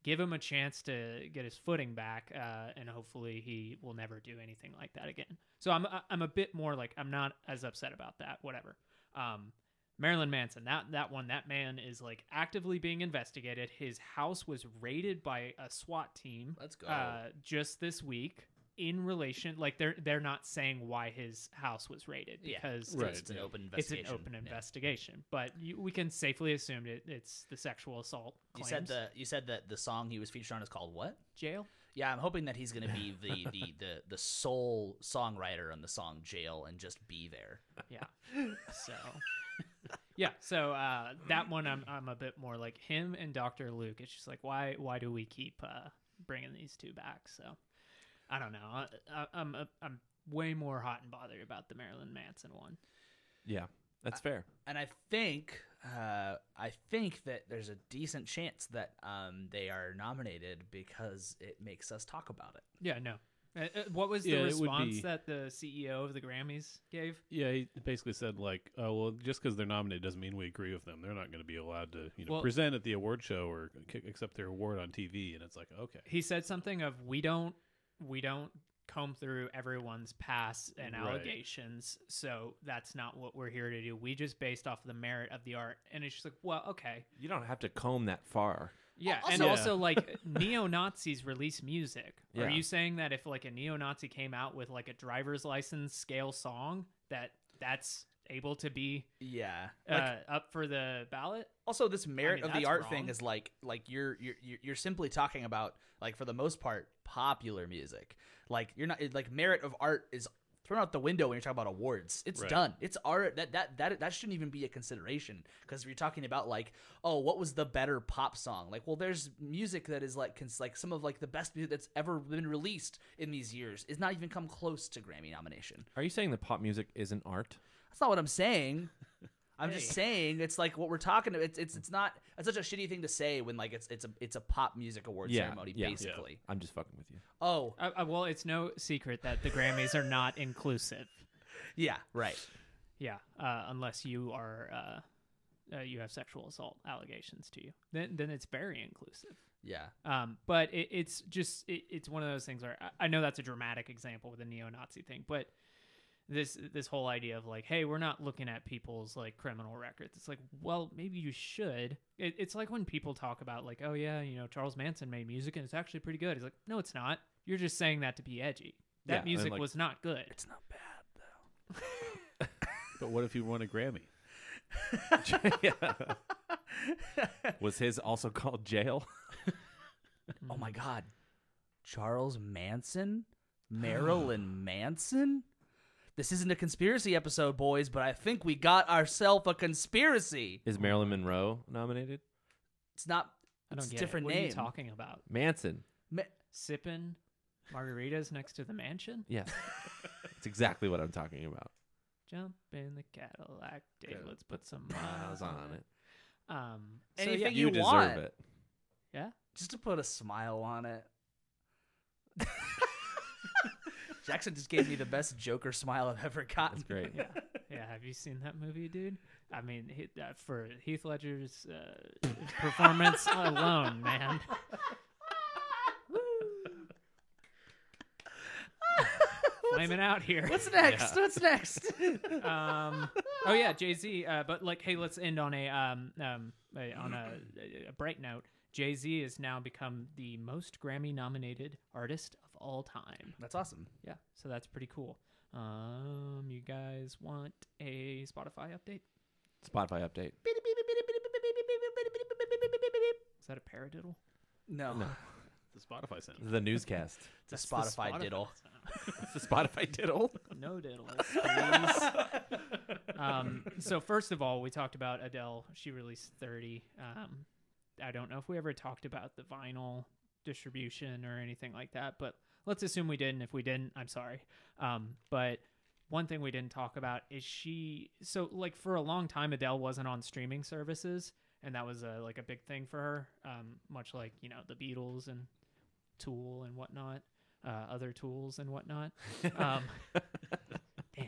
give him a chance to get his footing back, uh, and hopefully he will never do anything like that again. So I'm I- I'm a bit more like I'm not as upset about that. Whatever. Um, Marilyn Manson, that that one, that man is like actively being investigated. His house was raided by a SWAT team
let's go.
uh, just this week in relation. Like they're they're not saying why his house was raided
Yeah.
because
Right.
It's an
yeah.
open
it's
investigation.
an open
Yeah.
investigation. But you, we can safely assume it, it's the sexual assault.
You
Claims.
said the you said that the song he was featured on is called what?
jail.
Yeah, I'm hoping that he's gonna be the the the, the sole songwriter on the song Jail and just be there.
Yeah. So. yeah. So uh, that one, I'm I'm a bit more like him and Doctor Luke. It's just like why why do we keep uh, bringing these two back? So I don't know. I, I, I'm I'm way more hot and bothered about the Marilyn Manson one.
Yeah. That's fair.
And I think uh, I think that there's a decent chance that um, they are nominated because it makes us talk about it.
Yeah. No. Uh, uh, what was the
Yeah, it would
response
be-
that the CEO of the Grammys gave?
Yeah, he basically said like, "Oh well, just because they're nominated doesn't mean we agree with them. They're not going to be allowed to, you know,
Well-
present at the award show or c- accept their award on TV." And it's like, okay,
He said something of we don't we don't comb through everyone's past and
Right.
allegations, so that's not what we're here to do. We just based off the merit of the art, and it's just like, well, okay,
You don't have to comb that far.
yeah,
Al-
and
also-
also like neo Nazis release music. Are
Yeah.
you saying that if like a neo Nazi came out with like a driver's license scale song that that's able to be
Yeah.
uh, up for the ballot?
also this merit
mean,
of the
that's
art
wrong.
thing is like like you're you're you're- you're simply talking about like for the most part popular music like you're not it- like merit of art is thrown out the window when you're talking about awards it's
Right.
done it's art that that that that shouldn't even be a consideration because you're talking about like oh what was the better pop song like well there's music that is like cons- like some of like the best music that's ever been released in these years is not even come close to grammy nomination
Are you saying that pop music isn't art?
that's not what I'm saying. I'm
Hey.
just saying it's like what we're talking about. It's it's it's not. It's such a shitty thing to say when like it's it's a it's a pop music award
Yeah,
ceremony
yeah. Yeah.
basically.
I'm just fucking with you.
Oh
Uh, uh, well, it's no secret that the Grammys are not inclusive.
yeah, right.
Yeah, uh, unless you are uh, uh, you have sexual assault allegations to you, then then it's very inclusive.
Yeah,
Um, but it, it's just it, it's one of those things where I, I know that's a dramatic example with the neo-Nazi thing, but this this whole idea of like, hey, we're not looking at people's like criminal records. It's like, well, maybe you should. It, it's like when people talk about like, oh yeah, you know, Charles Manson made music and it's actually pretty good. It's like, no, it's not. You're just saying that to be edgy.
Yeah,
That
and,
music
like-
was not good.
it's not bad though.
but what if he won a Grammy?
Was his also called jail?
Oh my God, Charles Manson, Marilyn Manson. This isn't a conspiracy episode, boys, but I think we got ourselves a conspiracy.
Is Marilyn Monroe nominated?
It's not.
I don't
it's a
get
different
it. What
name.
are you talking about?
Manson.
Ma-
Sipping margaritas next to the mansion?
Yes. That's exactly what I'm talking about.
Jump in the Cadillac, Dave.
Good.
Let's put some
Miles on it.
Um, so yeah,
Anything
you,
you
deserve
want.
it.
yeah.
just to put a smile on it. Jackson just gave me the best Joker smile I've ever gotten.
That's great.
Yeah, have you seen that movie, dude? I mean, he, uh, for Heath Ledger's uh, performance alone, man. slamming out here.
What's next?
Yeah.
What's next?
Um, oh yeah, Jay Z. Uh, but like, hey, let's end on a um, um a- on a, a bright note. Jay Z has now become the most Grammy-nominated artist of all time.
That's awesome.
Yeah, so that's pretty cool. Um, you guys want a Spotify update?
Spotify update.
Is that a paradiddle?
No,
The Spotify sound.
The newscast.
it's a Spotify, diddle.
Uh-huh.
it's the Spotify diddle.
No diddles, please. um, so first of all, we talked about Adele. She released 30. Um, I don't know if we ever talked about the vinyl distribution or anything like that, but let's assume we did. And if we didn't, I'm sorry. Um, but one thing we didn't talk about is she. So like for a long time, Adele wasn't on streaming services, and that was a, like a big thing for her. Um, much like you know the Beatles and Tool and whatnot, uh, other tools and whatnot. Um, damn.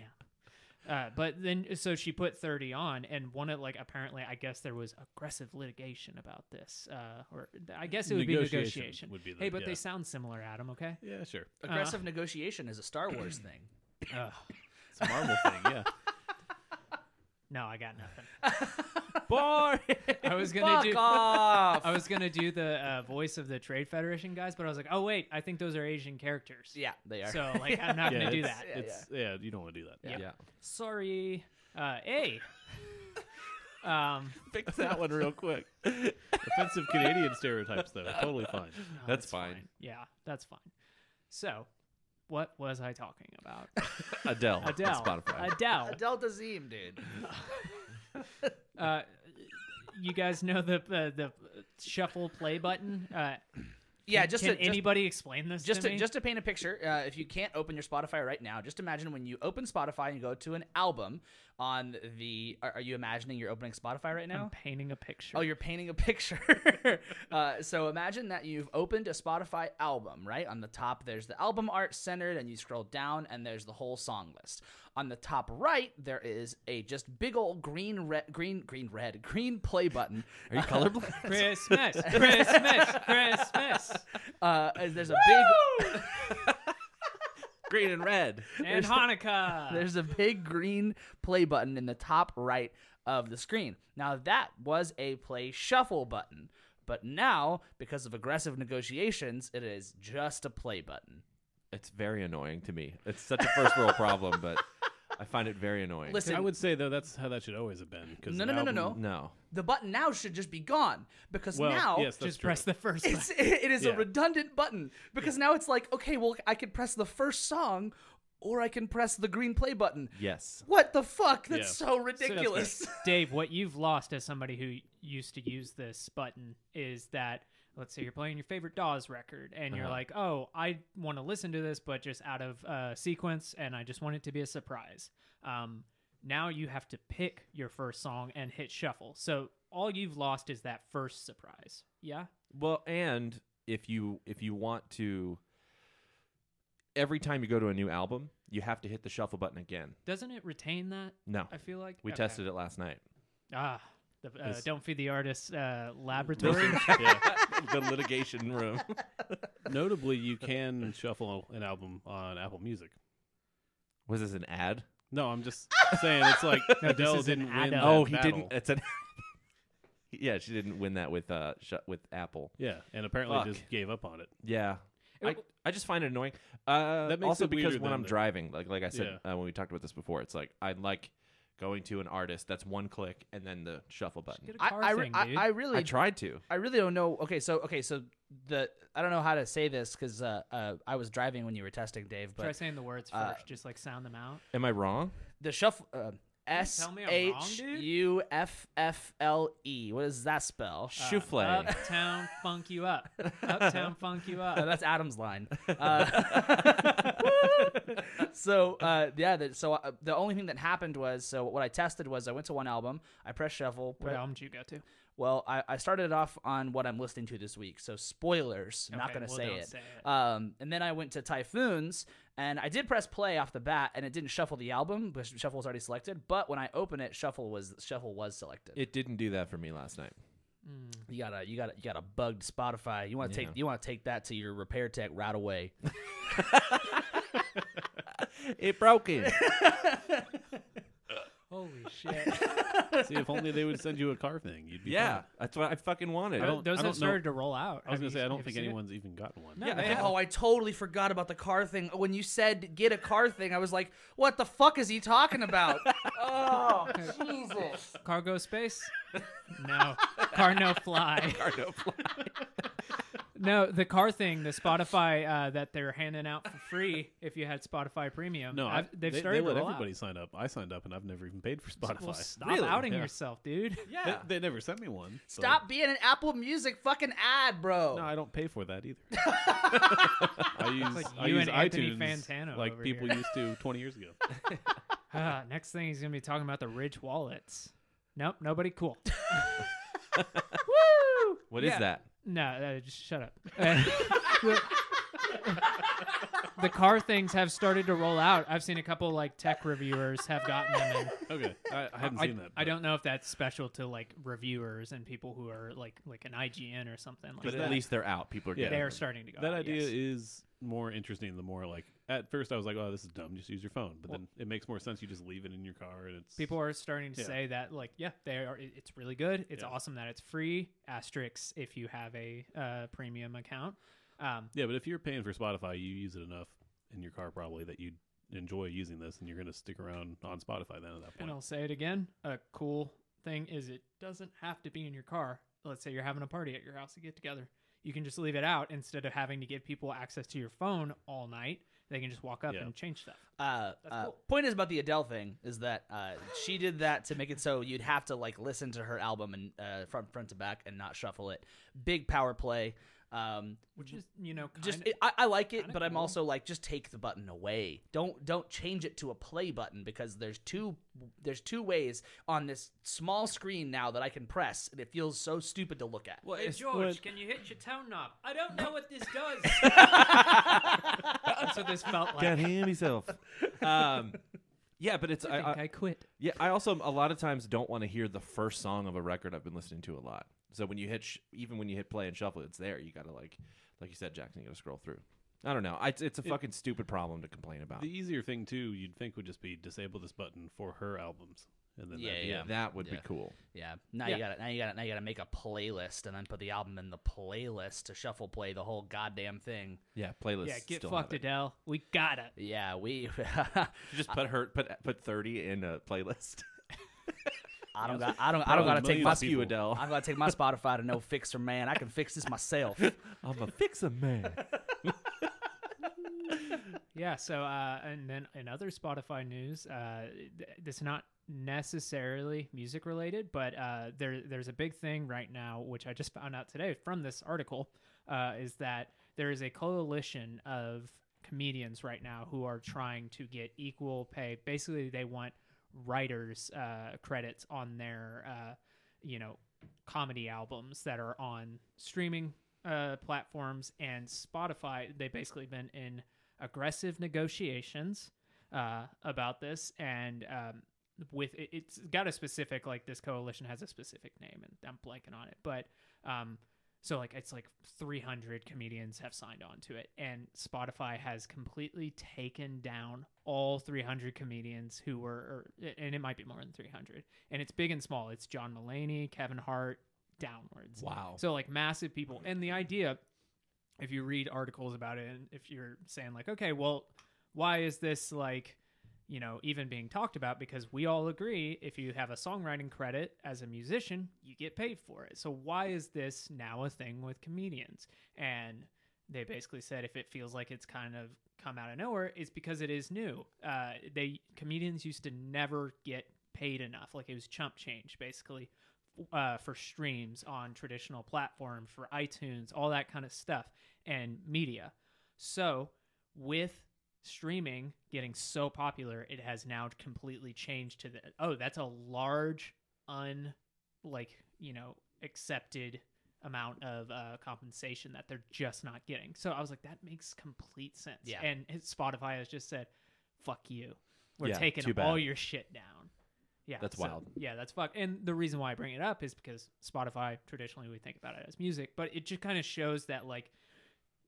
Uh, but then, so she put 30 on, and one of like apparently, I guess there was aggressive litigation about this, uh, or th- I guess it would be
Negotiation
negotiation.
would be the-
hey, but
yeah.
they sound similar, Adam. Okay.
Yeah, sure.
Aggressive negotiation is a Star Wars thing.
It's a Marvel thing. Yeah.
No, I got nothing.
Boring.
I was gonna
Fuck
do.
off.
I was gonna do the uh, voice of the Trade Federation guys, but I was like, oh wait, I think those are Asian characters.
yeah, they are.
So like, I'm not
yeah,
gonna do
it's-
that.
Yeah,
It's yeah. You don't want to do that.
Yeah.
Yeah.
Sorry. Uh, hey. um.
Fix that one real quick.
Offensive Canadian stereotypes, though. Totally fine.
No,
That's fine.
Yeah, that's fine. So, what was I talking about?
Adele. on
Adele.
Spotify.
Adele.
Adele Dazeem, dude.
Uh, you guys know the the, the shuffle play button. Uh,
Yeah, just
can
to, just-
anybody explain this
just
to,
to,
me?
just to paint a picture uh, if you can't open your spotify right now just imagine when you open spotify and you go to an album on the are, are you imagining you're opening spotify right now
I'm painting a picture.
Oh, you're painting a picture. uh, so imagine that you've opened a Spotify album, right? On the top, there's the album art centered, and you scroll down, and there's the whole song list. On the top right, there is a just big old green, red, green, green, red, green play button.
Are you colorblind?
Christmas, Christmas, Christmas,
Uh, and there's a big,
Green and red.
and Hanukkah.
There's a big green play button in the top right of the screen. Now, that was a play shuffle button, but now, because of aggressive negotiations, it is just a play button.
It's very annoying to me. It's such a first world problem, but I find it very annoying.
Listen,
I would say though that's how that should always have been. 'cause
No,
an
no, no, no,
album-
no.
No.
the button now should just be gone because
Well,
now.
yes, that's
just
true.
press the first. button.
it's, it is
Yeah.
a redundant button because now it's like okay well i can press the first song or i can press the green play button
Yes.
what the fuck that's
Yeah.
so ridiculous
Dave, what you've lost as somebody who used to use this button is that let's say you're playing your favorite Dawes record and you're
Uh-huh.
like, oh, I want to listen to this, but just out of uh, sequence, and I just want it to be a surprise. Um, now you have to pick your first song and hit shuffle. So all you've lost is that first surprise. Yeah.
Well, and if you if you want to every time you go to a new album, you have to hit the shuffle button again.
Doesn't it retain that?
No.
I feel like
We tested it last night.
Ah, the, uh,
Is-
don't feed the artist uh, laboratory.
yeah.
the litigation room.
Notably, you can shuffle an album on Apple Music.
Was this an ad?
No, I'm just saying it's like Adele
is an
didn't win.
Adam.
that
oh, he
battle.
didn't. It's an. yeah, she didn't win that with uh sh- with Apple.
Yeah, and apparently
Fuck.
just gave up on it.
Yeah. I,
It-
I just find it annoying. Uh,
That makes
also
it
because
weirder
when
than
I'm
the-
driving, like like I said uh, when we talked about this before, it's like I like going to an artist that's one click and then the shuffle
Get
button.
a
I,
car
I, re-
thing,
I,
dude.
I really
I tried to.
I really don't know. Okay, so okay, so the I don't know how to say this because uh, uh, I was driving when you were testing, Dave.
Try
But
saying the words
uh,
first, just like sound them out.
Am I wrong?
the shuffle uh, S
tell me I'm wrong,
H
dude?
U F F L E. What does that spell?
Uh, Souffle.
Uptown funk you up. Uptown funk you
Uh,
up.
that's Adam's line. Uh, so uh, yeah, that, so uh, the only thing that happened was so what I tested was I went to one album, I pressed shuffle.
What
put-
album did you go to?
Well, I, I started it off on what I'm listening to this week, so spoilers. I'm not
Okay,
gonna
well,
say,
don't
it.
say it.
Uh,
Um, and then I went to Typhoons, and I did press play off the bat, and it didn't shuffle the album, but shuffle was already selected. But when I open it, shuffle was shuffle was selected.
It didn't do that for me last night.
you got to you got to you got to bugged Spotify. You want to
Yeah.
take you want to take that to your repair tech right away.
It broke it.
Holy shit.
See, if only they would send you a car thing, you'd be
yeah,
fine.
that's what I fucking wanted.
I don't-
Those have
know-
started to roll out.
I was gonna say I don't
have
think
you seen it?
anyone's even gotten one.
No,
Yeah,
they
I
have.
Oh, I totally forgot about the car thing. When you said get a car thing, I was like, what the fuck is he talking about? oh, Jesus.
Cargo space? No. Car no fly. No, the car thing, the Spotify uh, that they're handing out for free if you had Spotify Premium.
No,
I've-
I've,
they've
they,
started
they let
to roll
everybody
out.
sign up. I signed up and I've never even paid for Spotify.
Well, stop
Really?
outing
Yeah.
yourself, dude.
They,
Yeah.
they never sent me one. so-
Stop being an Apple Music fucking ad, bro.
No, I don't pay for that either. I use,
like
I
you
use
and Anthony
iTunes
Fantano
like
over
people
here.
used to 20 years ago.
Ah, next thing he's going to be talking about the rich wallets. Nope, nobody cool.
Woo!
What is
Yeah.
that?
No, uh, just shut up. Uh, the- the car things have started to roll out. I've seen a couple like tech reviewers have gotten them. And
Okay, I, I haven't
I,
seen that.
I
but
don't know if that's special to like reviewers and people who are like like an IGN or something like
But
that.
at least they're out. People are
Yeah.
getting
they are
them.
starting to go.
That
out,
idea
uh, yes.
is more interesting the more like. At first, I was like, "Oh, this is dumb. Just use your phone." But then it makes more sense. You just leave it in your car, and it's
people are starting to
Yeah.
say that like yeah, they are. it- It's really good. It's
Yeah.
awesome that it's free. Asterisks if you have a uh, premium account. Um,
Yeah, but if you're paying for Spotify, you use it enough in your car probably that you enjoy using this, and you're going to stick around on Spotify then at that
And
point.
I'll say it again. A cool thing is it doesn't have to be in your car. Let's say you're having a party at your house to get together. You can just leave it out instead of having to give people access to your phone all night. They can just walk up
Yeah.
and change stuff.
Uh,
That's
uh,
cool.
point is about the Adele thing is that uh, she did that to make it so you'd have to like listen to her album and uh, front front to back and not shuffle it. Big power play. Um,
Which is, you know, kind
just it, I, I like it,
kinda
but I'm
cool.
also like just take the button away. Don't don't change it to a play button because there's two there's two ways on this small screen now that I can press and it feels so stupid to look at.
Well, it's-
what-
can you hit your tone knob? I don't know what this does. That's what this felt like.
Got him himself. um, yeah, but it's I,
I think
I-
I quit.
yeah. I also a lot of times don't want to hear the first song of a record I've been listening to a lot. So when you hit sh- even when you hit play and shuffle, it's there. You gotta like like you said, Jackson. You gotta scroll through. I don't know. I, it's a fucking stupid problem to complain about.
The easier thing too, you'd think would just be disable this button for her albums, and then that'd
Yeah,
be
yeah.
it.
that would be
Yeah.
cool.
Yeah. Now you
Yeah.
got to now you got to now you got to make a playlist and then put the album in the playlist to shuffle play the whole goddamn thing.
Yeah, playlist.
Yeah, get
still
fucked,
have it.
Adele. We got it.
Yeah, we
Just put her put put thirty in a playlist.
I don't got I don't I don't got to take my
Millions
Fuck you, Adele.
I gotta take my Spotify to no fixer man. I can fix this myself.
I'm a fixer man.
Yeah. So, uh, and then in other Spotify news, uh, th- it's not necessarily music related, but uh, there there's a big thing right now, which I just found out today from this article, uh, is that there is a coalition of comedians right now who are trying to get equal pay. Basically, they want writers uh, credits on their, uh, you know, comedy albums that are on streaming uh, platforms and Spotify. They've basically been in aggressive negotiations uh, about this, and um, with it, it's got a specific like this coalition has a specific name, and I'm blanking on it, but um, so like it's like 300 comedians have signed on to it, and Spotify has completely taken down all 300 comedians who were, or, and it might be more than 300, and it's big and small. It's John Mulaney, Kevin Hart, downwards.
Wow.
So like massive people, and the idea, if you read articles about it, and if you're saying like, okay, well, why is this like, you know, even being talked about? Because we all agree, if you have a songwriting credit as a musician, you get paid for it. So why is this now a thing with comedians? And they basically said if it feels like it's kind of come out of nowhere, it's because it is new. Uh, they comedians used to never get paid enough, like it was chump change, basically uh, for streams on traditional platforms, for iTunes, all that kind of stuff, and media. So, with streaming getting so popular, it has now completely changed to the oh, that's a large, un like you know accepted amount of uh, compensation that they're just not getting. So I was like, that makes complete sense.
Yeah.
And Spotify has just said, "Fuck you, we're
Yeah, too
taking
bad.
all your shit down." Yeah,
That's
so-
wild.
Yeah, that's fuck. And the reason why I bring it up is because Spotify traditionally we think about it as music, but it just kind of shows that like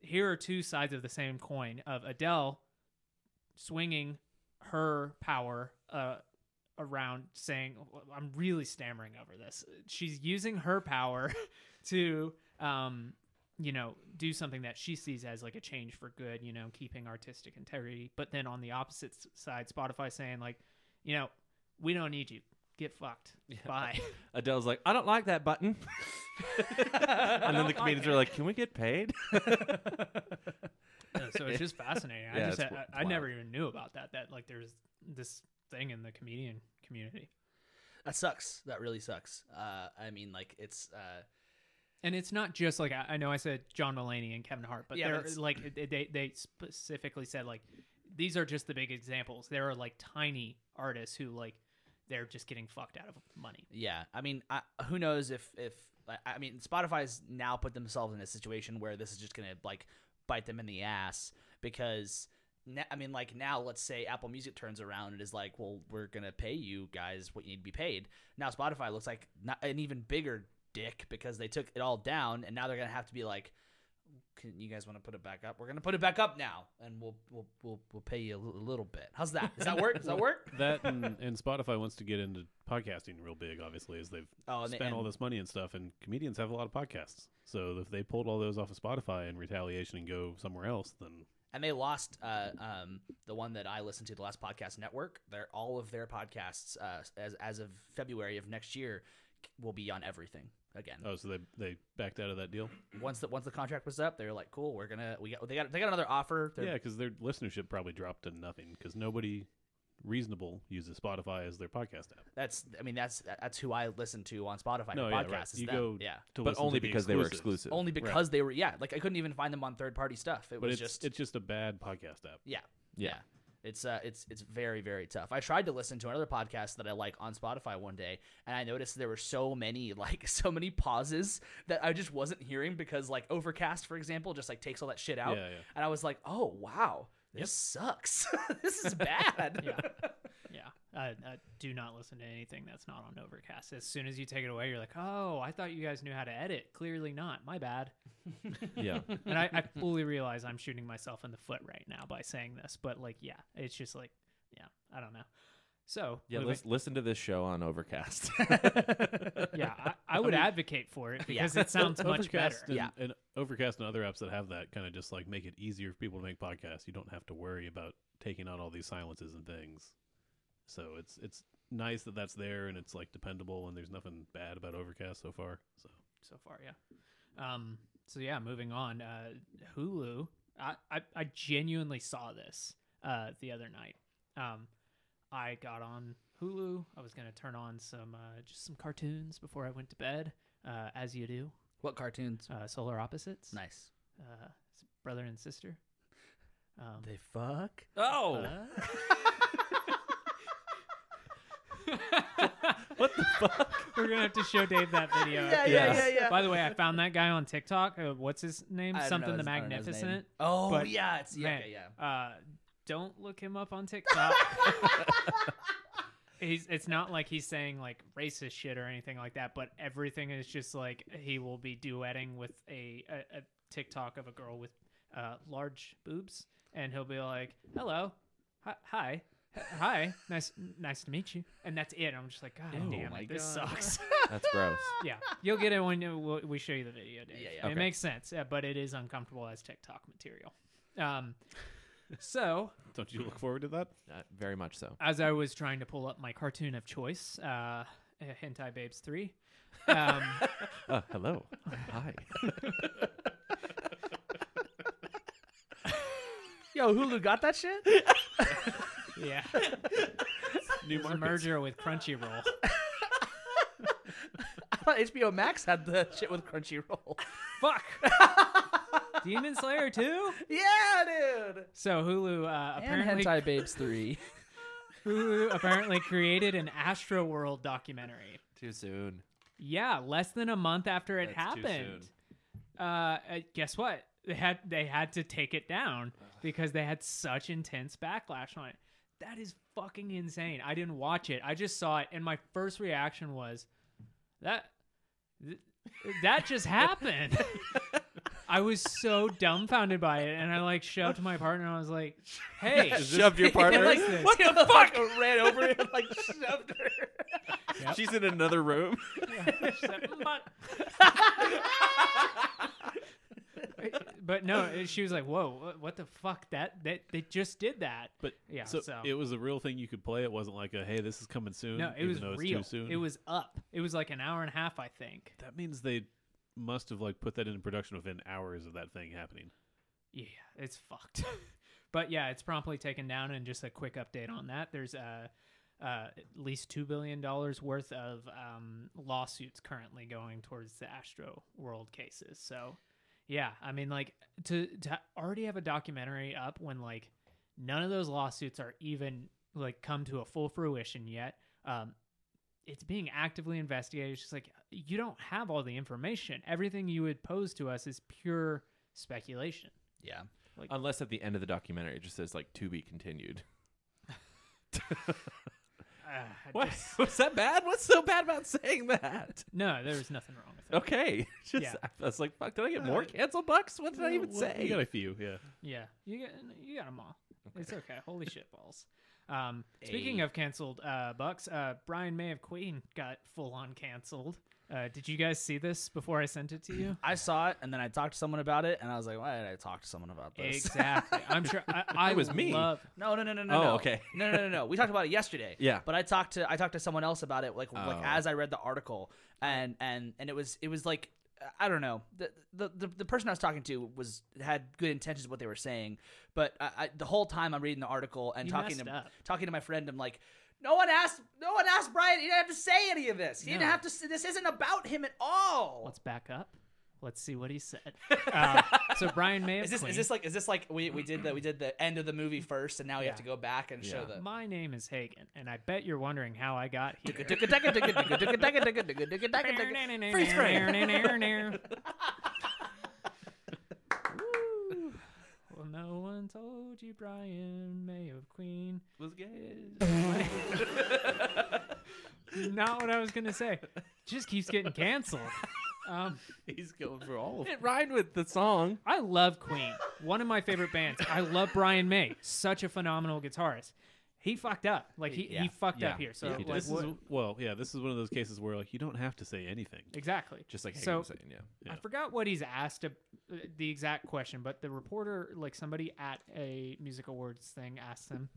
here are two sides of the same coin of Adele swinging her power uh, around saying, I'm really stammering over this. She's using her power to, um, you know, do something that she sees as like a change for good, you know, keeping artistic integrity. But then on the opposite s- side, Spotify saying, like, you know, we don't need you. Get fucked. Bye.
Adele's like, I don't like that button. and then the
don't like
comedians are like, Can we get paid?
Uh, so it's just fascinating. I
Yeah,
just
it's
I,
wi-
I
wild.
never even knew about that. That like there's this thing in the comedian community,
That sucks. That really sucks. Uh, I mean, like it's uh,
and it's not just like I, I know I said John Mulaney and Kevin Hart, but
Yeah, but
they're
it's-
like they- they they specifically said like these are just the big examples. There are like tiny artists who like they're just getting fucked out of money.
yeah. I mean, I, who knows if if I- I mean Spotify's now put themselves in a situation where this is just gonna like bite them in the ass because. na- I mean, like now, let's say Apple Music turns around and is like, "Well, we're gonna pay you guys what you need to be paid." Now Spotify looks like not, an even bigger dick because they took it all down, and now they're gonna have to be like, can you guys want to put it back up? We're gonna put it back up now, and we'll we'll we'll, we'll pay you a li- little bit. How's that? Does that work? Does that work?
that and, and Spotify wants to get into podcasting real big, obviously, as they've
Oh, and,
spent all this money and stuff. And comedians have a lot of podcasts, so if they pulled all those off of Spotify in retaliation and go somewhere else, then
and they lost uh, um, the one that I listened to, the last podcast network. They're all of their podcasts uh, as as of February of next year c- will be on everything again.
oh, so they they backed out of that deal.
Once the once the contract was up, they were like, "Cool, we're gonna we got they got they got another offer."
Yeah,
They're-
because their listenership probably dropped to nothing because nobody reasonable uses Spotify as their podcast app.
that's I mean that's that's who I listen to on Spotify.
No,
their
yeah,
podcasts
right.
is
You
them.
go
yeah.
to
but
listen
only
to the
because they were
exclusives.
exclusive.
Only because they were yeah, like I couldn't even find them on third party stuff. It
But
was
it's
just
it's just a bad podcast app.
Yeah.
Yeah.
It's uh it's it's very very tough. I tried to listen to another podcast that I like on Spotify one day and I noticed there were so many like so many pauses that I just wasn't hearing because like Overcast for example just like takes all that shit out
Yeah, yeah.
and I was like, "Oh, wow. This sucks. this is bad."
Yeah. Yeah, I, I do not listen to anything that's not on Overcast. As soon as you take it away, you're like, "Oh, I thought you guys knew how to edit. Clearly not. My bad."
Yeah.
and I, I fully realize I'm shooting myself in the foot right now by saying this, but like, yeah, it's just like, yeah, I don't know. So
Yeah.
moving-
Let's listen to this show on Overcast.
yeah, I, I would advocate for it because it sounds much better.
Overcast and,
Yeah.
and Overcast and other apps that have that kind of just like make it easier for people to make podcasts. You don't have to worry about taking out all these silences and things. So it's it's nice that that's there and it's like dependable and there's nothing bad about Overcast so far. So
so far, yeah. Um, so yeah, moving on. Uh, Hulu. I, I I genuinely saw this uh the other night. Um, I got on Hulu. I was gonna turn on some uh, just some cartoons before I went to bed, uh, as you do.
What cartoons?
Uh, Solar Opposites.
Nice.
uh, s- brother and sister. Um,
They fuck.
oh.
uh,
what the fuck?
we're gonna have to show Dave that video.
Yeah,
after
yeah,
yeah,
this.
yeah.
By the way, I found that guy on TikTok. Uh, what's his name?
I don't
Something
know
the
his- I don't know his name.
Magnificent.
Oh,
but-
yeah, it's yeah,
Man,
okay, yeah.
Uh, don't look him up on TikTok. He's, it's not like he's saying like racist shit or anything like that, but everything is just like he will be duetting with a, a, a TikTok of a girl with uh, large boobs, and he'll be like, "Hello, hi, hi, H- hi, nice, nice to meet you," and that's it. I'm just like, "God
Oh
damn
my
it, this
God.
sucks."
That's gross.
yeah, you'll get it when you- we'll- we show you the video. Dave.
Yeah, yeah.
Okay.
It makes sense, uh, but it is uncomfortable as TikTok material. Um, so
don't you look forward to that?
Uh, very much so.
as I was trying to pull up my cartoon of choice, uh, Hentai Babes Three. Um,
Uh, hello. Hi.
Yo, Hulu got that shit?
yeah,
New
it's a merger with Crunchyroll.
I thought HBO Max had the shit with Crunchyroll.
Fuck. Demon Slayer Two.
yeah, dude.
So Hulu uh, apparently
Babes 3.
Hulu apparently created an Astro World documentary.
Too soon.
Yeah, less than a month after it
That's too
happened. Uh, uh, guess what? They had they had to take it down because they had such intense backlash on it. That is fucking insane. I didn't watch it. I just saw it, and my first reaction was that th- that just happened. I was so dumbfounded by it, and I like shoved my partner. and I was like, "Hey,
Shoved your partner.
Like this.
what the fuck? Ran over and like shoved her.
She's in another room.
She's like, "Mutt." but no, it- she was like, "Whoa, wha- what the fuck? That that they just did that."
But
Yeah,
so,
so-
it was a real thing you could play. It wasn't like a hey, this is coming soon.
No, it
even
was
though it's
real.
Too soon.
It was up. It was like an hour and a half, I think.
That means they must have like put that into production within hours of that thing happening.
Yeah, it's fucked. but yeah, it's promptly taken down. And just a quick update on that: there's uh, uh, at least two billion dollars worth of um, lawsuits currently going towards the Astro World cases. So, yeah, I mean, like to to already have a documentary up when like none of those lawsuits are even like come to a full fruition yet. Um, it's being actively investigated. It's just like you don't have all the information. Everything you would pose to us is pure speculation.
Yeah.
Unless at the end of the documentary it just says like to be continued.
Uh,
What was that bad? What's so bad about saying that?
no, there was nothing wrong with it.
Okay, just
Yeah.
I was like, fuck. Did I get more cancel bucks? What did I even
Well,
say?
We got a few, yeah.
Yeah, you got you got them all. It's okay. Holy shit balls. Um, speaking of canceled uh, bucks, uh, Brian May of Queen got full on canceled. Uh, did you guys see this before I sent it to you?
I saw it and then I talked to someone about it and I was like, why did I talk to someone about this?
exactly. I'm sure. I, I
It was me.
love-
No, no, no, no, no.
Oh,
no.
okay.
No, no, no, no. We talked about it yesterday.
Yeah.
But I talked to I talked to someone else about it, like like
Oh.
as I read the article, and and and it was it was like I don't know the the the, the person I was talking to was had good intentions of what they were saying, but I, I, the whole time I'm reading the article and
You
talking
messed
to
up.
talking to my friend, I'm like. No one asked. No one asked Brian. He didn't have to say any of this. He
No.
didn't have to. s- This isn't about him at all.
Let's back up. Let's see what he said. Um, so Brian May of
Is this
Queen.
is this like is this like we, we did the we did the end of the movie first and now we have to go back and show the
My name is Hagen, and I bet you're wondering how I got here.
Freeze frame.
Woo. Well, no one told you Brian May of Queen
was gay.
not what I was gonna say. Just keeps getting canceled. Um,
He's going for all. of It rhymed with the song.
I love Queen, one of my favorite bands. I love Brian May, such a phenomenal guitarist. He fucked up, like he,
Yeah.
he fucked
Yeah.
up here. So
Yeah, he
like,
This
what-
is well, yeah. This is one of those cases where like you don't have to say anything.
exactly.
Just like Hagen
so,
was saying, yeah.
I
Yeah.
forgot what he's asked ab- uh, the exact question, but the reporter, like somebody at a music awards thing, asked him,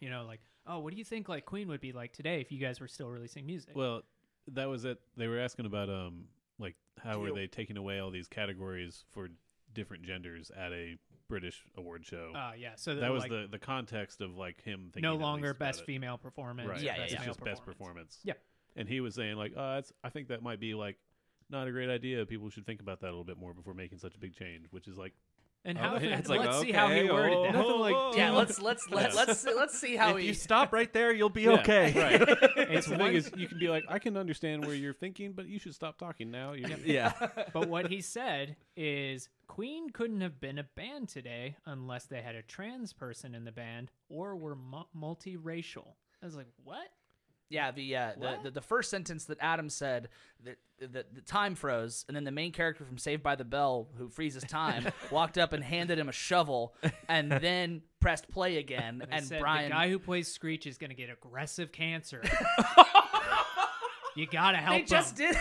you know, like, oh, what do you think like Queen would be like today if you guys were still releasing music?
Well, that was it. They were asking about um like how are
Cute.
they taking away all these categories for different genders at a British award show.
uh, yeah. So
that was
like,
the the context of like him thinking
no
at
longer
least about
best
it.
female performance.
Right.
Yeah, yeah,
best
yeah.
It's
male
just best performance.
Yeah.
And he was saying like, uh, it's, I think that might be like not a great idea. People should think about that a little bit more before making such a big change, which is like
And
Oh,
how?
yeah.
let's
It's like,
see how he worded that.
Nothing oh, like- oh,
Yeah, let's let's let's
Yeah.
let's let's see how
if
he.
you stop right there, you'll be
Yeah,
okay.
right.
It's
That's the thing
one-
is you can be like, I can understand where you're thinking, but you should stop talking now. You
yeah.
but what he said is Queen couldn't have been a band today unless they had a trans person in the band or were mu- multiracial. I was like, what?
yeah, the, uh, the
What?
the the first sentence that Adam said that the, the time froze, and then the main character from Saved by the Bell, who freezes time, walked up and handed him a shovel, and then pressed play again,
They
and
said,
Brian.
the guy who plays Screech is going to get aggressive cancer. you gotta help
they just
him.
did.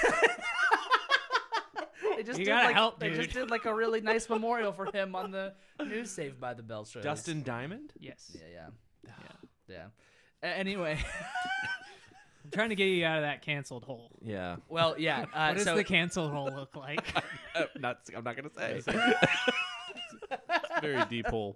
They just
You
did
gotta
like,
help,
they
dude.
just did like a really nice memorial for him on the new Saved by the Bell show.
Dustin Diamond.
Yes.
Yeah, yeah,
yeah.
yeah. A- anyway,
I'm trying to get you out of that canceled hole.
Yeah.
well, yeah. Uh,
What does
so
the canceled hole look like?
not. Oh, I'm not gonna say.
It's very deep hole.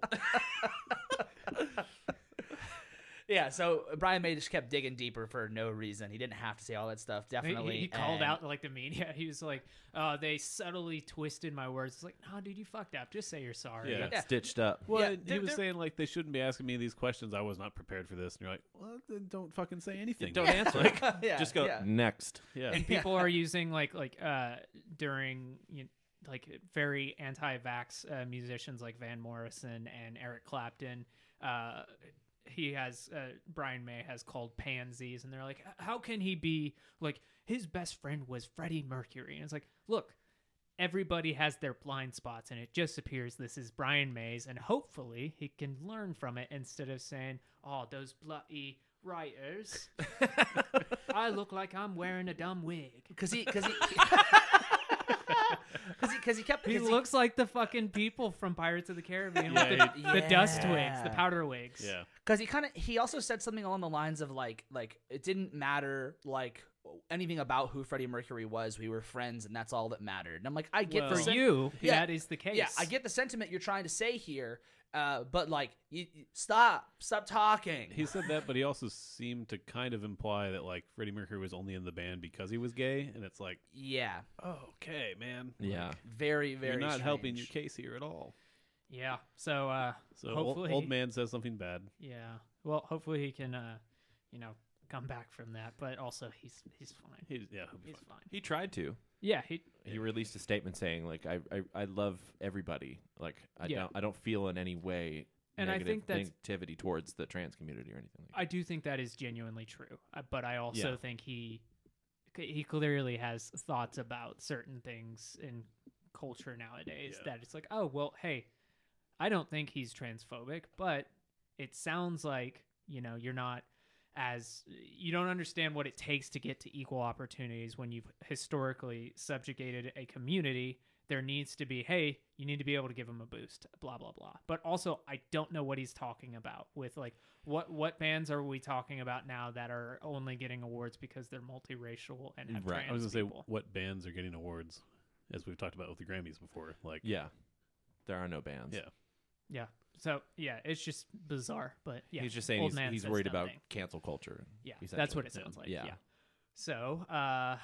yeah, so Brian May just kept digging deeper for no reason. He didn't have to say all that stuff.
He,
Definitely,
he called
and-
out like the media. He was like, "Oh, they subtly twisted my words." It's like, "No, dude, you fucked up. Just say you're sorry."
Yeah.
Stitched up.
Well,
Yeah,
and he
they're-
was
they're-
saying like they shouldn't be asking me these questions. I was not prepared for this. And you're like, well, then don't fucking say anything.
Don't answer.
Yeah,
just go
yeah.
next.
Yeah.
and people are using like like uh during you like very anti-vax uh, musicians like Van Morrison and Eric Clapton. Uh, he has uh, Brian May has called pansies, and they're like, "H- how can he be like his best friend was Freddie Mercury? And it's like, look. everybody has their blind spots, and it just appears this is Brian Mays, and hopefully he can learn from it instead of saying, "Oh, those bloody writers, I look like I'm wearing a dumb wig."
Because he, because he, because he, cause he kept.
He
'cause
looks like the fucking people from Pirates of the Caribbean
Yeah,
with the, the dust wigs,
Yeah.
the powder wigs.
Yeah.
because he kind of he also said something along the lines of like like it didn't matter like anything about who Freddie Mercury was. We were friends, and that's all that mattered. And I'm like, I get
Well-
the
For
sen-
you,
Yeah.
that is the case.
Yeah, I get the sentiment you're trying to say here, uh, but like, you, you- stop, stop talking.
He said that, but he also seemed to kind of imply that like Freddie Mercury was only in the band because he was gay, and it's like,
yeah,
oh, okay, man.
Yeah.
very,
Like,
very.
you're not helping your
strange.
case here at all.
Yeah. So, uh,
So ol-
hopefully,
old man says something bad.
Yeah. Well, hopefully he can, uh, you know, come back from that. But also, he's he's fine.
He's, yeah, he'll be
He's
fine.
fine.
He tried to.
Yeah. He.
He released a statement saying like I I, I love everybody. Like I
Yeah.
don't I don't feel in any way
And I
negative
think that's-
negativity towards the trans community or anything like
I do think that is genuinely true. Uh, but I also
Yeah.
think he he clearly has thoughts about certain things in culture nowadays
Yeah.
that it's like, oh well, hey, I don't think he's transphobic, but it sounds like you know you're not as you don't understand what it takes to get to equal opportunities when you've historically subjugated a community there needs to be hey you need to be able to give them a boost blah blah blah but also i don't know what he's talking about with like what what bands are we talking about now that are only getting awards because they're multiracial and have
Right.
trans
I was gonna say
people
what bands are getting awards, as we've talked about with the Grammys before. Like,
that. Yeah. There are no bans.
Yeah.
yeah so yeah it's just bizarre but yeah
He's just saying
old
he's,
man
he's
says
worried about
nothing.
cancel culture.
yeah that's
essentially.
what it sounds like yeah,
Yeah.
so uh I,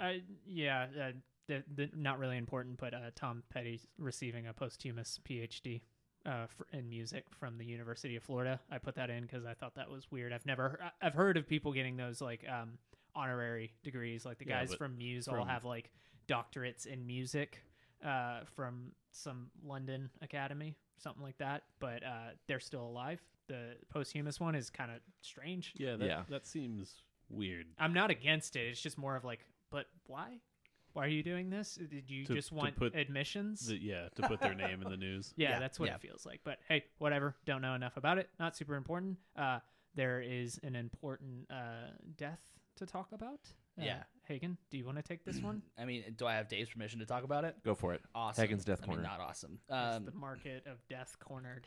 I yeah uh, the, the, not really important but uh tom petty's receiving a posthumous phd uh, fr in music from the University of Florida. I put that in because I thought that was weird. I've never, I- I've heard of people getting those like um, honorary degrees. Like the
Yeah,
guys
but
from Muse all
from-
have like doctorates in music uh, from some London academy, something like that. But uh, they're still alive. The posthumous one is kind of strange.
yeah, that,
Yeah.
that seems weird.
I'm not against it. It's just more of like, but why? Why are you doing this? Did you
To-
just
to
want
put
admissions?
The- yeah, to put their name in the news.
Yeah,
Yeah,
that's what
yeah.
it feels like. But hey, whatever. Don't know enough about it. Not super important. Uh, there is an important uh, death to talk about. Uh,
Yeah.
Hagen, do you want to take this one?
I mean, do I have Dave's permission to talk about it?
Go for it.
Awesome.
Hagen's Death
I mean,
Corner.
not awesome.
It's
Um,
the market of death cornered.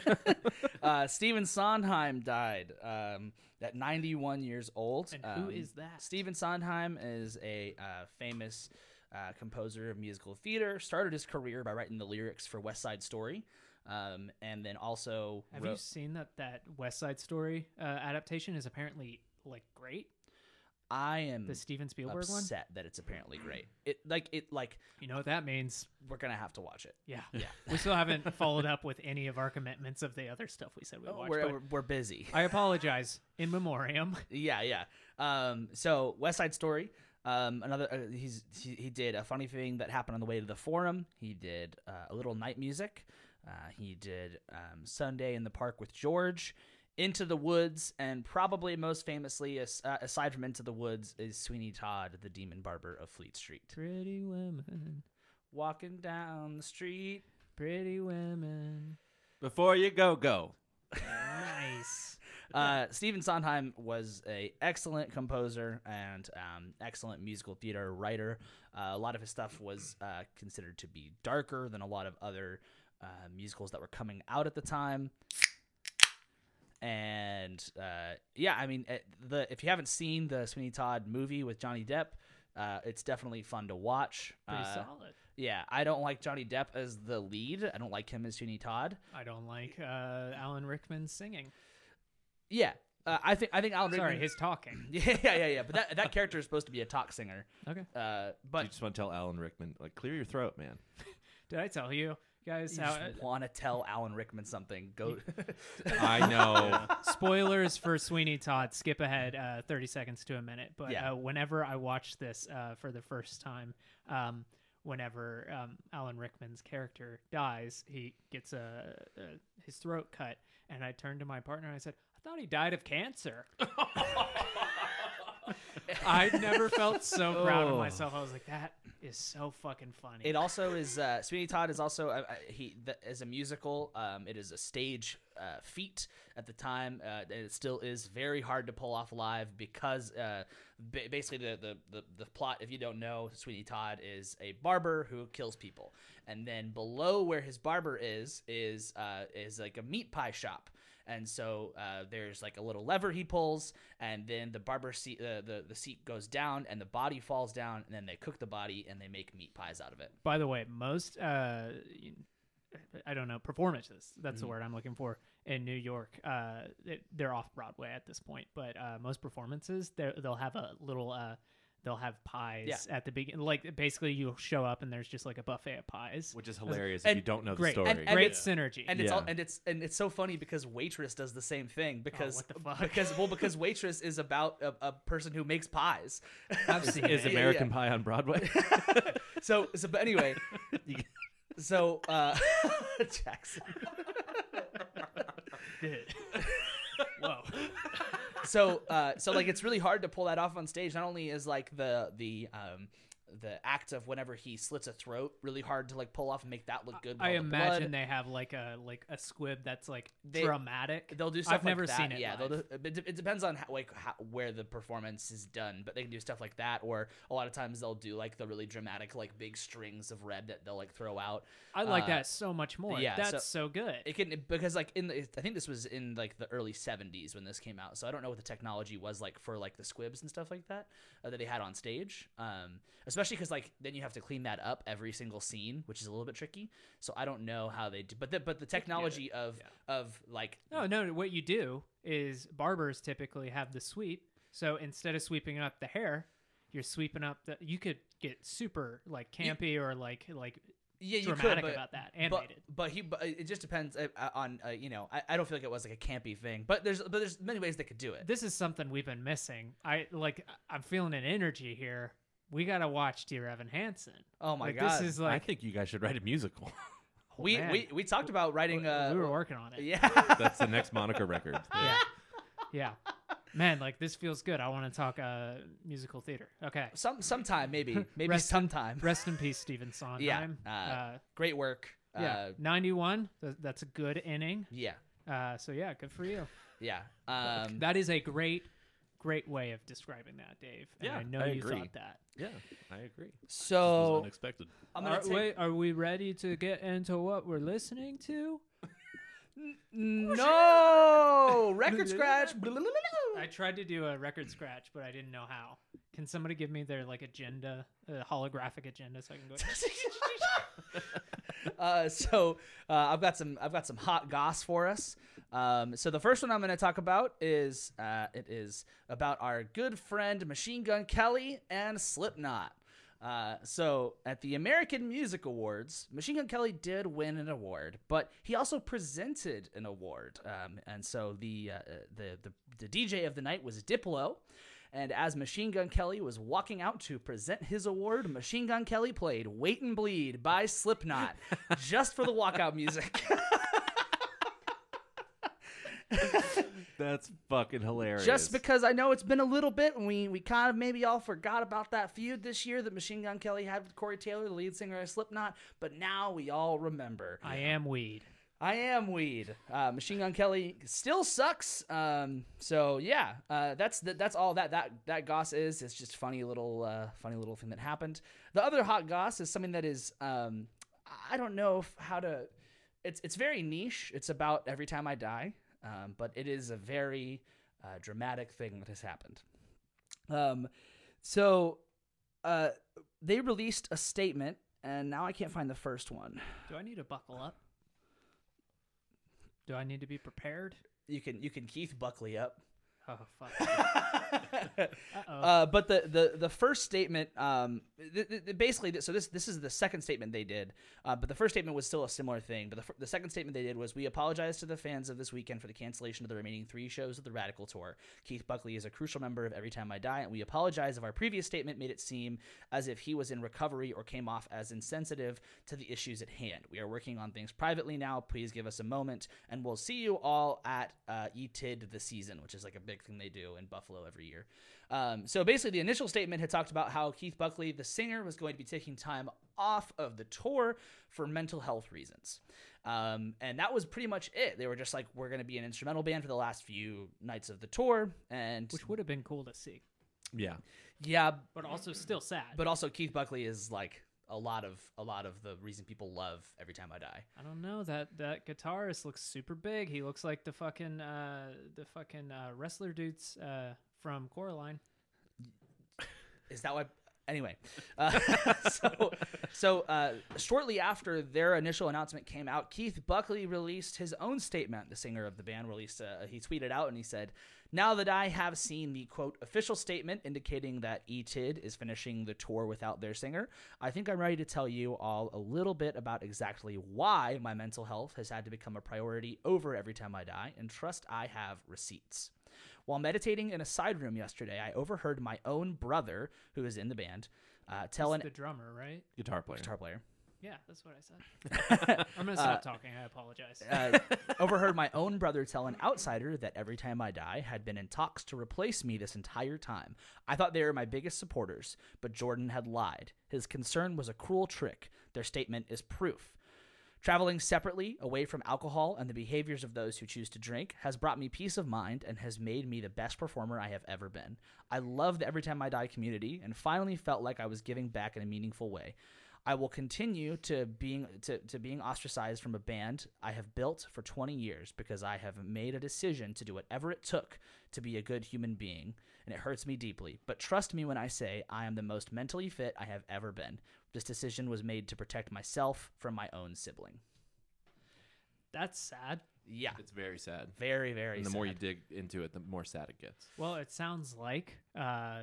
uh, Stephen Sondheim died um, at 91 years old.
And who
Um,
is that?
Stephen Sondheim is a uh, famous uh, composer of musical theater. Started his career by writing the lyrics for West Side Story, um, and then also
Have you
wrote-
seen that that West Side Story uh, adaptation is apparently like great?
I am
The Steven Spielberg one.
Hmm. upset that it's apparently great. It like it like
You know what that means?
we're gonna have to watch it.
Yeah. Yeah. we still haven't followed up with any of our commitments of the other stuff we said we watched.
Oh, we're,
but
we're, we're busy.
I apologize in memoriam.
Yeah, yeah. Um, so West Side Story. Um, another uh, he's he, he did a funny thing that happened on the way to the forum. He did uh, a little night music. Uh, he did um, Sunday in the Park with George, Into the Woods, and probably most famously, as, uh, aside from Into the Woods, is Sweeney Todd, the Demon Barber of Fleet Street.
Pretty women,
Walking down the street.
pretty women.
Before you go, go.
Nice.
Uh, Stephen Sondheim was a excellent composer and um, excellent musical theater writer. Uh, a lot of his stuff was uh, considered to be darker than a lot of other uh, musicals that were coming out at the time. And uh, yeah, I mean, uh, the if you haven't seen the Sweeney Todd movie with Johnny Depp, uh, it's definitely fun to watch.
Pretty
Uh,
solid.
yeah, I don't like Johnny Depp as the lead. I don't like him as Sweeney Todd.
I don't like uh, Alan Rickman singing.
Yeah, uh, I think I think Alan
Sorry,
Rickman-
his talking.
Yeah, yeah, yeah, yeah. But that that character is supposed to be a talk singer.
Okay.
Uh,
you
but
just want to tell Alan Rickman, like, clear your throat, man.
Did I tell you guys
you
how?
just want to tell Alan Rickman something. Go.
I know.
spoilers for Sweeney Todd. Skip ahead uh, 30 seconds to a minute. But
Yeah.
uh, whenever I watched this uh, for the first time, um, whenever um, Alan Rickman's character dies, he gets a, a his throat cut, and I turned to my partner and I said, "I thought he died of cancer." I never felt so proud of myself. I was like, "That is so fucking funny.
It also is uh, Sweeney Todd is also uh, uh, he the, is a musical. Um, it is a stage uh, feat at the time, uh, and it still is very hard to pull off live because uh, ba- basically the, the the the plot. If you don't know, Sweeney Todd is a barber who kills people, and then below where his barber is is uh, is like a meat pie shop. And so uh, there's like a little lever he pulls, and then the barber seat, uh, the the seat goes down, and the body falls down, and then they cook the body and they make meat pies out of it.
By the way, most uh, you- I don't know performances. That's
Mm-hmm.
the word I'm looking for in New York. Uh, it, they're off Broadway at this point, but uh, most performances they're- they'll have a little. Uh, they'll have pies
Yeah.
at the beginning. Like basically, you'll show up and there's just like a buffet of pies.
which is hilarious if
And-
you don't know the
great.
story.
and- and-
Great
it's-
synergy.
And it's all,
Yeah.
and it's and it's so funny because waitress does the same thing because
Oh, what the fuck?
because well because waitress is about a, a person who makes pies.
I've seen
is
Yeah, yeah,
American
yeah.
Pie on Broadway?
So so but anyway,
You-
so uh, Jackson.
it. Whoa.
so uh, so like it's really hard to pull that off on stage. Not only is like the the um the act of whenever he slits a throat really hard to like pull off and make that look good. with
I
all the
imagine
blood.
they have like a like a squib that's like
They-
dramatic.
they'll do stuff.
I've
like
never
that.
seen it.
Yeah, they'll
live.
do, it, de- it depends on how, like how, where the performance is done, but they can do stuff like that. Or a lot of times they'll do like the really dramatic like big strings of red that they'll like throw out.
I like
uh,
that so much more.
yeah,
that's
so-
so good.
It can because like in the, I think this was in like the early '70s when this came out, so I don't know what the technology was like for like the squibs and stuff like that uh, that they had on stage. Um, especially because like then you have to clean that up every single scene, which is a little bit tricky. So I don't know how they do, but the, but the technology of of like
No, no. What you do is barbers typically have the sweep. So instead of sweeping up the hair, you're sweeping up the. You could get super like campy or like like
yeah, you
dramatic
could, but,
about that.
but,
Animated.
but he but it just depends uh, uh, on uh, you know I, I don't feel like it was like a campy thing, but there's but there's many ways they could do it.
this is something we've been missing. I like. I'm feeling an energy here. We gotta watch Dear Evan Hansen.
Oh my
like,
god,
This is
I
like oh,
think you guys should write a musical.
we,
man.
we we talked about writing. Uh,
we were working on it.
yeah.
That's the next moniker record.
yeah. Yeah. Man, like this feels good. I want to talk uh, musical theater. Okay.
Some sometime maybe maybe
Rest in-
sometime.
Rest in peace, Stephen Sondheim.
uh, Great work.
uh, yeah.
Uh,
91. Th- that's a good inning.
yeah.
Uh, so yeah, good for you.
Yeah. Um,
that is a great, great way of describing that, Dave. And
Yeah,
I know
I
you
agree.
thought that.
Yeah, I agree.
was
so
unexpected.
I'm gonna
are,
take,
wait, are we ready to get into what we're listening to?
no record scratch.
I tried to do a record scratch, but I didn't know how. Can somebody give me their like agenda, uh, holographic agenda, so I can go?
uh, so uh, I've got some I've got some hot goss for us. Um, so the first one I'm going to talk about is uh, it is about our good friend Machine Gun Kelly and Slipknot. Uh, so at the American Music Awards, Machine Gun Kelly did win an award, but he also presented an award. Um, and so the, uh, uh, the the the DJ of the night was Diplo. And as Machine Gun Kelly was walking out to present his award, Machine Gun Kelly played Wait and Bleed by Slipknot just for the walkout music.
That's fucking hilarious.
just because I know it's been a little bit and we, we kind of maybe all forgot about that feud this year that Machine Gun Kelly had with Corey Taylor, the lead singer of Slipknot, but now we all remember.
I am weed.
I am weed. Uh, Machine Gun Kelly still sucks. Um, so yeah, uh, that's that, that's all that that that goss is. It's just funny little uh, funny little thing that happened. The other hot goss is something that is um, I don't know if, how to. It's it's very niche. It's about every time I die, um, but it is a very uh, dramatic thing that has happened. Um, so uh, they released a statement, and now I can't find the first one.
Do I need to buckle up? Do I need to be prepared?
You can you can Keith Buckley up.
Oh fuck. Uh-oh.
Uh, but the, the, the first statement, um, th- th- th- basically, th- so this this is the second statement they did, uh, but the first statement was still a similar thing. But the, fir- the second statement they did was, "We apologize to the fans of this weekend for the cancellation of the remaining three shows of the Radical Tour. Keith Buckley is a crucial member of Every Time I Die, and we apologize if our previous statement made it seem as if he was in recovery or came off as insensitive to the issues at hand. We are working on things E privately now. Please give us a moment, and we'll see you all at uh, ETID the season, which is like a big big thing they do in Buffalo every year. Um, so basically, the initial statement had talked about how Keith Buckley, the singer, was going to be taking time off of the tour for mental health reasons. Um, and that was pretty much it. They were just like, we're going to be an instrumental band for the last few nights of the tour. And
which would have been cool to see,
Yeah.
yeah,
but also still sad.
but also Keith Buckley is like a lot of a lot of the reason people love Every Time I Die.
I don't know that that guitarist looks super big. He looks like the fucking uh, the fucking uh, wrestler dudes uh, from Coraline.
Is that why? Anyway, uh, so so uh, shortly after their initial announcement came out, Keith Buckley released his own statement. The singer of the band released uh, he tweeted out and he said, "Now that I have seen the quote official statement indicating that E-Tid is finishing the tour without their singer, I think I'm ready to tell you all a little bit about exactly why my mental health has had to become a priority over every time I die, and trust I have receipts." While meditating in a side room yesterday, I overheard my own brother, who is in the band, uh, tell
He's
an
the drummer, right?
Guitar player.
guitar player
Yeah, that's what I said. I'm gonna stop talking. I apologize.
uh, overheard my own brother tell an outsider that every time I die had been in talks to replace me this entire time. I thought they were my biggest supporters, but Jordan had lied. His concern was a cruel trick. Their statement is proof. Traveling separately, away from alcohol and the behaviors of those who choose to drink, has brought me peace of mind and has made me the best performer I have ever been. I love the Every Time I Die community and finally felt like I was giving back in a meaningful way. I will continue to being to, to being ostracized from a band I have built for 20 years because I have made a decision to do whatever it took to be a good human being, and it hurts me deeply. But trust me when I say I am the most mentally fit I have ever been. This decision was made to protect myself from my own sibling.
That's sad.
Yeah,
It's very sad.
very very.
And the more you
sad.
dig into it, the more sad it gets.
Well, it sounds like uh,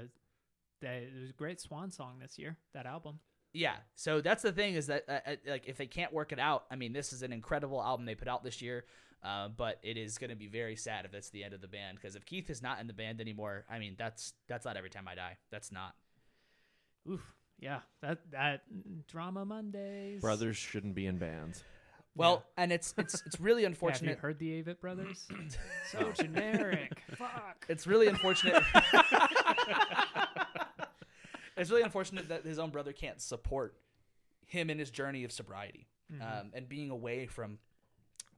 that it was a great swan song this year. That album.
Yeah. So that's the thing is that uh, uh, like if they can't work it out, I mean, this is an incredible album they put out this year. Uh, but it is going to be very sad if that's the end of the band because if Keith is not in the band anymore, I mean, that's that's not every time I die. That's not.
Oof. Yeah. That that drama Mondays.
Brothers shouldn't be in bands.
Well, and it's it's it's really
Yeah, have you
unfortunate.
heard the Avett Brothers? so generic. Fuck.
it's really unfortunate. it's really unfortunate that his own brother can't support him in his journey of sobriety
Mm-hmm.
um, and being away from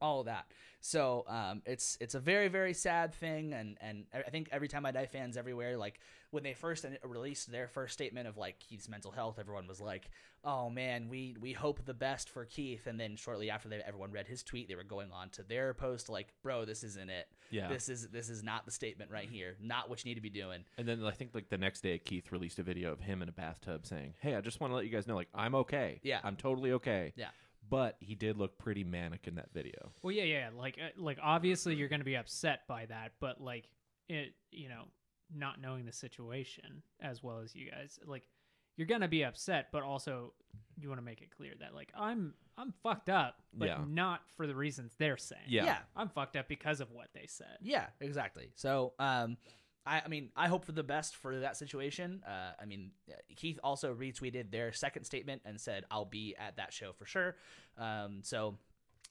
all of that. So um, it's it's a very very sad thing, and and e, I I think every time I die fans everywhere like when they first an- released their first statement of like Keith's mental health, everyone was like, "Oh man, we we hope the best for Keith." And then shortly after they everyone read his tweet, they were going on to their post like, "Bro, this isn't it.
Yeah. Mm-hmm.
this is this is not the statement right here. Not what you need to be doing."
And then I think like the next day, Keith released a video of him in a bathtub saying, "Hey, I just want to let you guys know, like I'm okay.
Yeah.
I'm totally okay.
Yeah.
But he did look pretty manic in that video.
Well, yeah, yeah. Like, uh, like obviously you're going to be upset by that, but like it, you know, not knowing the situation as well as you guys, like you're going to be upset, but also you want to make it clear that like I'm, I'm fucked up, but
Yeah.
not for the reasons they're saying.
Yeah.
yeah.
I'm fucked up because of what they said.
Yeah, exactly. So, um, I, I mean, I hope for the best for that situation. Uh, I mean, Keith also retweeted their second statement and said, "I'll be at that show for sure." Um, so,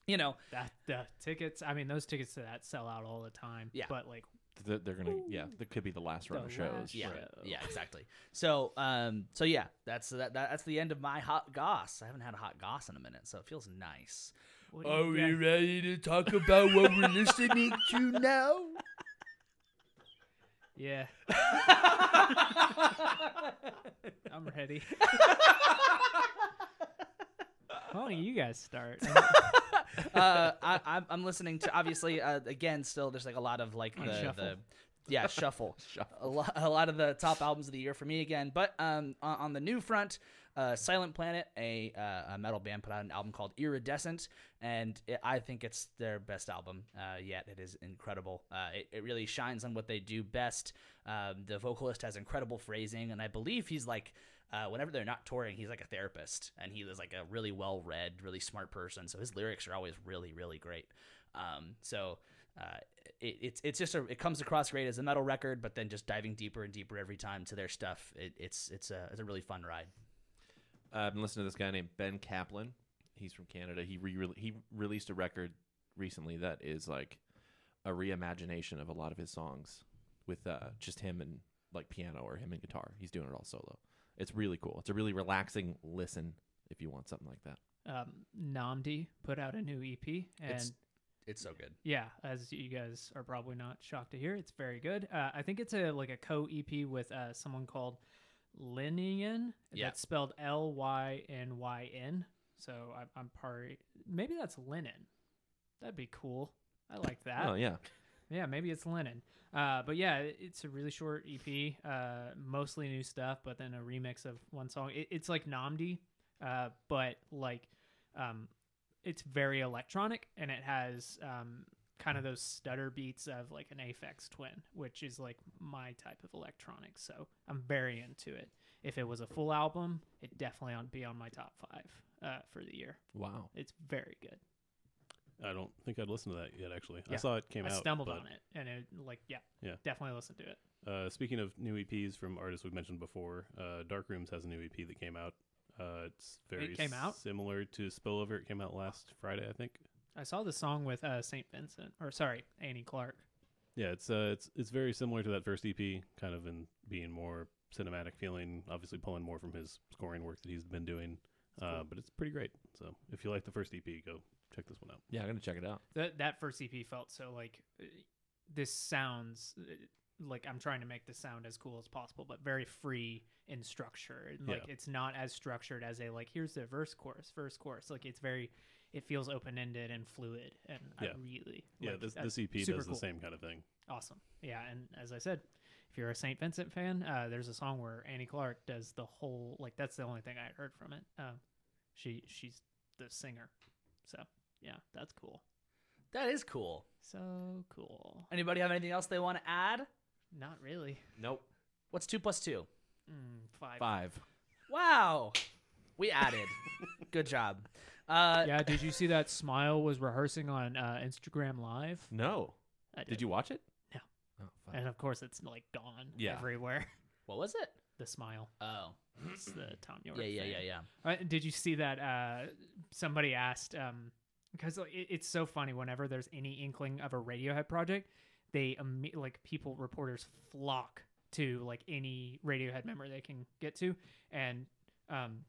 you know,
That the tickets, I mean, those tickets to that sell out all the time.
Yeah.
But like,
Th- they're gonna, yeah, that could be the last run
The
of shows.
last
yeah,
Right.
yeah, exactly. So, um, so yeah, that's that, that. That's the end of my hot goss. I haven't had a hot goss in a minute, so it feels nice.
what do
Oh,
you guys-
ready to talk about what we're listening to now?
yeah. I'm ready. Why don't you guys start?
uh, I, I'm, I'm listening to obviously uh, again still there's like a lot of like the,
On shuffle.
the yeah shuffle, A, lo- a lot of the top albums of the year for me again but um on, on the new front uh, Silent Planet a, uh, a metal band put out an album called Iridescent and it, I think it's their best album uh, yet it is incredible uh, it, it really shines on what they do best um, the vocalist has incredible phrasing and I believe he's like uh, whenever they're not touring, he's like a therapist, and he is like a really well read, really smart person. So his lyrics are always really, really great. Um, so uh, it, it's it's just a, it comes across great as a metal record, but then just diving deeper and deeper every time to their stuff. It, it's it's a it's a really fun ride.
Uh, I've been listening to this guy named Ben Kaplan. He's from Canada. He re he released a record recently that is like a reimagination of a lot of his songs, with uh, just him and like piano or him and guitar. He's doing it all solo. It's really cool. It's a really relaxing listen if you want something like that.
Um, Namdi put out a new EP, and
It's- It's so good.
yeah, as you guys are probably not shocked to hear, it's very good. Uh, I think it's a like a co EP with uh, someone called Lynyen.
Yeah.
That's spelled L Y N Y N. So I'm, I'm part. Maybe that's linen. That'd be cool. I like that.
oh yeah,
Yeah, maybe it's Lennon. Uh, but yeah, it- it's a really short EP, uh, mostly new stuff, but then a remix of one song. It, it's like Namdi, uh, but like um, it's very electronic and it has um, kind of those stutter beats of like an Aphex Twin, which is like my type of electronic. So I'm very into it. If it was a full album, it definitely would be on my top five uh, for the year.
wow.
It's very good.
I don't think I'd listened to that yet. Actually,
Yeah.
I saw it came
I
out.
stumbled
but,
on it and it like yeah,
Yeah.
definitely listen to it.
Uh, speaking of new EPs from artists we've mentioned before, uh, Dark Rooms has a new EP that came out. Uh, it's very
came out?
similar to Spillover. It came out last Friday, I think.
I saw the song with uh, Saint Vincent, or sorry, Annie Clark.
Yeah, it's uh, it's it's very similar to that first EP, kind of in being more cinematic feeling. Obviously, pulling more from his scoring work that he's been doing, uh, but it's pretty great. So, if you like the first EP, go check this one out.
Yeah, I'm gonna check it out.
That that first EP felt so like uh, this sounds uh, like I'm trying to make this sound as cool as possible, but very free in structure. And, Like
Yeah.
it's not as structured as a like here's the verse chorus, verse chorus. Like it's very, it feels open ended and fluid, and I
Yeah.
really
Yeah,
like
this
that.
this EP
super
does
cool.
the same kind of thing.
Awesome. Yeah, and as I said, if you're a St. Vincent fan, uh, there's a song where Annie Clark does the whole like that's the only thing I heard from it. Um, she she's the singer, so yeah, that's cool.
That is cool.
So cool.
Anybody have anything else they want to add?
Not really.
Nope.
What's two plus two?
Mm, five.
Five.
Wow, we added. good job. Uh,
Yeah. Did you see that Smile was rehearsing on uh, Instagram Live?
No.
I
Did you watch it?
No.
Oh, fuck.
And of course, it's like gone
Yeah.
everywhere.
What was it?
The Smile.
Oh,
It's the Tom York.
yeah, yeah,
thing.
yeah, yeah.
Uh, did you see that? Uh, somebody asked because like, it, it's so funny. Whenever there's any inkling of a Radiohead project, they imme- like people reporters flock to like any Radiohead member they can get to, and um,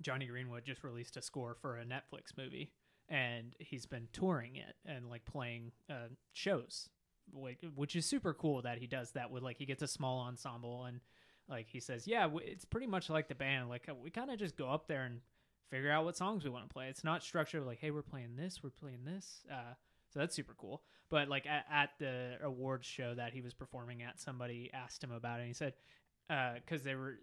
Johnny Greenwood just released a score for a Netflix movie, and he's been touring it and like playing uh, shows, like which is super cool that he does that with like he gets a small ensemble and like he says, yeah, w- it's pretty much like the band. Like uh, we kind of just go up there and figure out what songs we want to play. It's not structured like, hey, we're playing this, we're playing this. Uh, so that's super cool. But like at, at the awards show that he was performing at, somebody asked him about it, and he said, because they were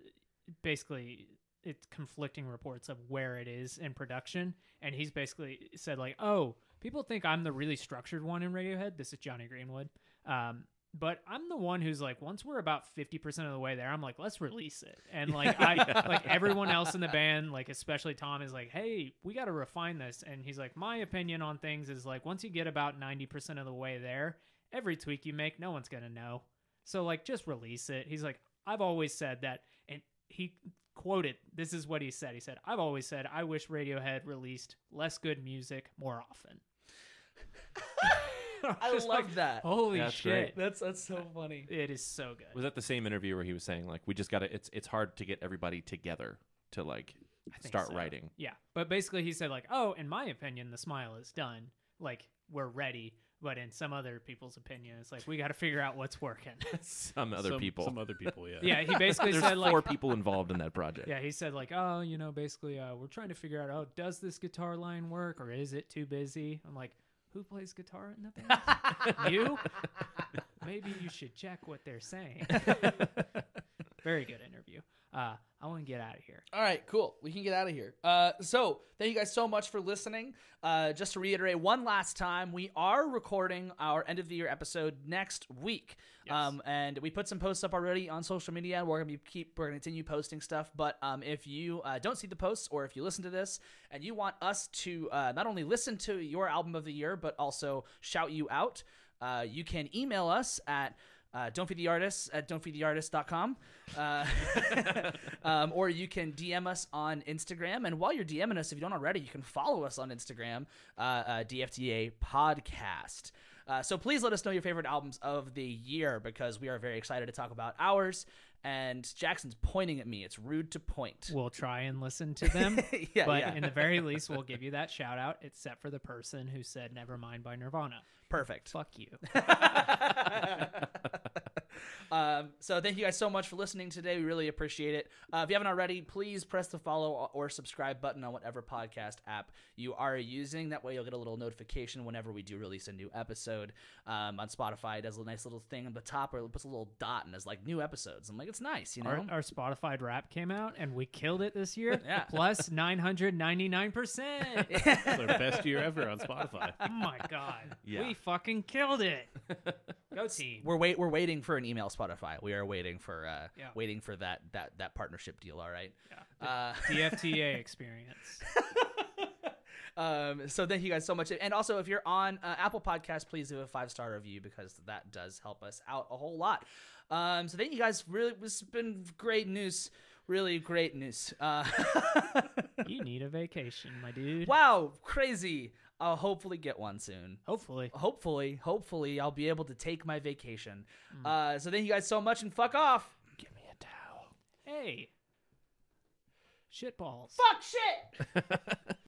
basically it's conflicting reports of where it is in production, and he's basically said like, oh, people think I'm the really structured one in Radiohead. This is Johnny Greenwood. Um, but I'm the one who's like, once we're about 50% of the way there, I'm like, let's release it. And like, I, like everyone else in the band, like, especially Tom is like, Hey, we got to refine this. And he's like, my opinion on things is like, once you get about 90% of the way there, every tweak you make, no one's going to know. So like, just release it. He's like, I've always said that. And he quoted, this is what he said. He said, I've always said, I wish Radiohead released less good music more often. I'm
I
just
love
like,
that.
Holy
That's
shit.
great.
That's that's so funny.
It is so good.
Was that the same interview where he was saying like we just got to it's it's hard to get everybody together to like
I think
start
so.
writing.
Yeah. But basically he said like, "Oh, in my opinion, the smile is done. Like we're ready." But in some other people's opinion, it's like we got to figure out what's working.
Some other
Some-
people.
some other people, yeah.
yeah, he basically
There's
said like
four people involved in that project.
Yeah, he said like, "Oh, you know, basically uh, we're trying to figure out oh, does this guitar line work or is it too busy?" I'm like, "Who plays guitar in the band? you? Maybe you should check what they're saying." Very good interview. Uh, I want to get out of here.
All right, cool. We can get out of here. Uh, so, thank you guys so much for listening. Uh, just to reiterate one last time, we are recording our end of the year episode next week. Um, and we put some posts up already on social media. We're gonna be keep we're gonna continue posting stuff. But um, if you uh, don't see the posts, or if you listen to this and you want us to uh, not only listen to your album of the year, but also shout you out, uh, you can email us at uh, don't feed the artists at don'tfeedtheartists.com. Uh, um, or you can DM us on Instagram. And while you're DMing us, if you don't already, you can follow us on Instagram, uh, uh, DFTA Podcast. Uh, so please let us know your favorite albums of the year because we are very excited to talk about ours. And Jackson's pointing at me. It's rude to point.
We'll try and listen to them.
yeah,
but
yeah.
in the very least, we'll give you that shout out, except for the person who said Nevermind by Nirvana.
Perfect.
Fuck you.
um, so thank you guys so much for listening today. We really appreciate it. Uh, if you haven't already, please press the follow or subscribe button on whatever podcast app you are using. That way, you'll get a little notification whenever we do release a new episode. Um, on Spotify, it does a nice little thing on the top, or it puts a little dot and is like new episodes. I'm like, it's nice, you know.
Our, our Spotify rap came out and we killed it this year.
Yeah.
Plus 999%.
It's our best year ever on Spotify.
oh my God.
Yeah.
We fucking killed it. Go team.
we're wait we're waiting for an email Spotify. We are waiting for uh
Yeah.
waiting for that that that partnership deal. All right.
Yeah.
Uh,
DFTA experience.
um, so thank you guys so much. And also, if you're on uh, Apple Podcast, please leave a five star review because that does help us out a whole lot. Um, so thank you guys. Really, it's been great news. Really great news. Uh,
You need a vacation, my dude.
wow, crazy. I'll hopefully get one soon.
Hopefully.
Hopefully, hopefully, I'll be able to take my vacation.
Hmm.
Uh, so thank you guys so much, and fuck off.
Give me a towel. Hey. Shitballs.
Fuck shit.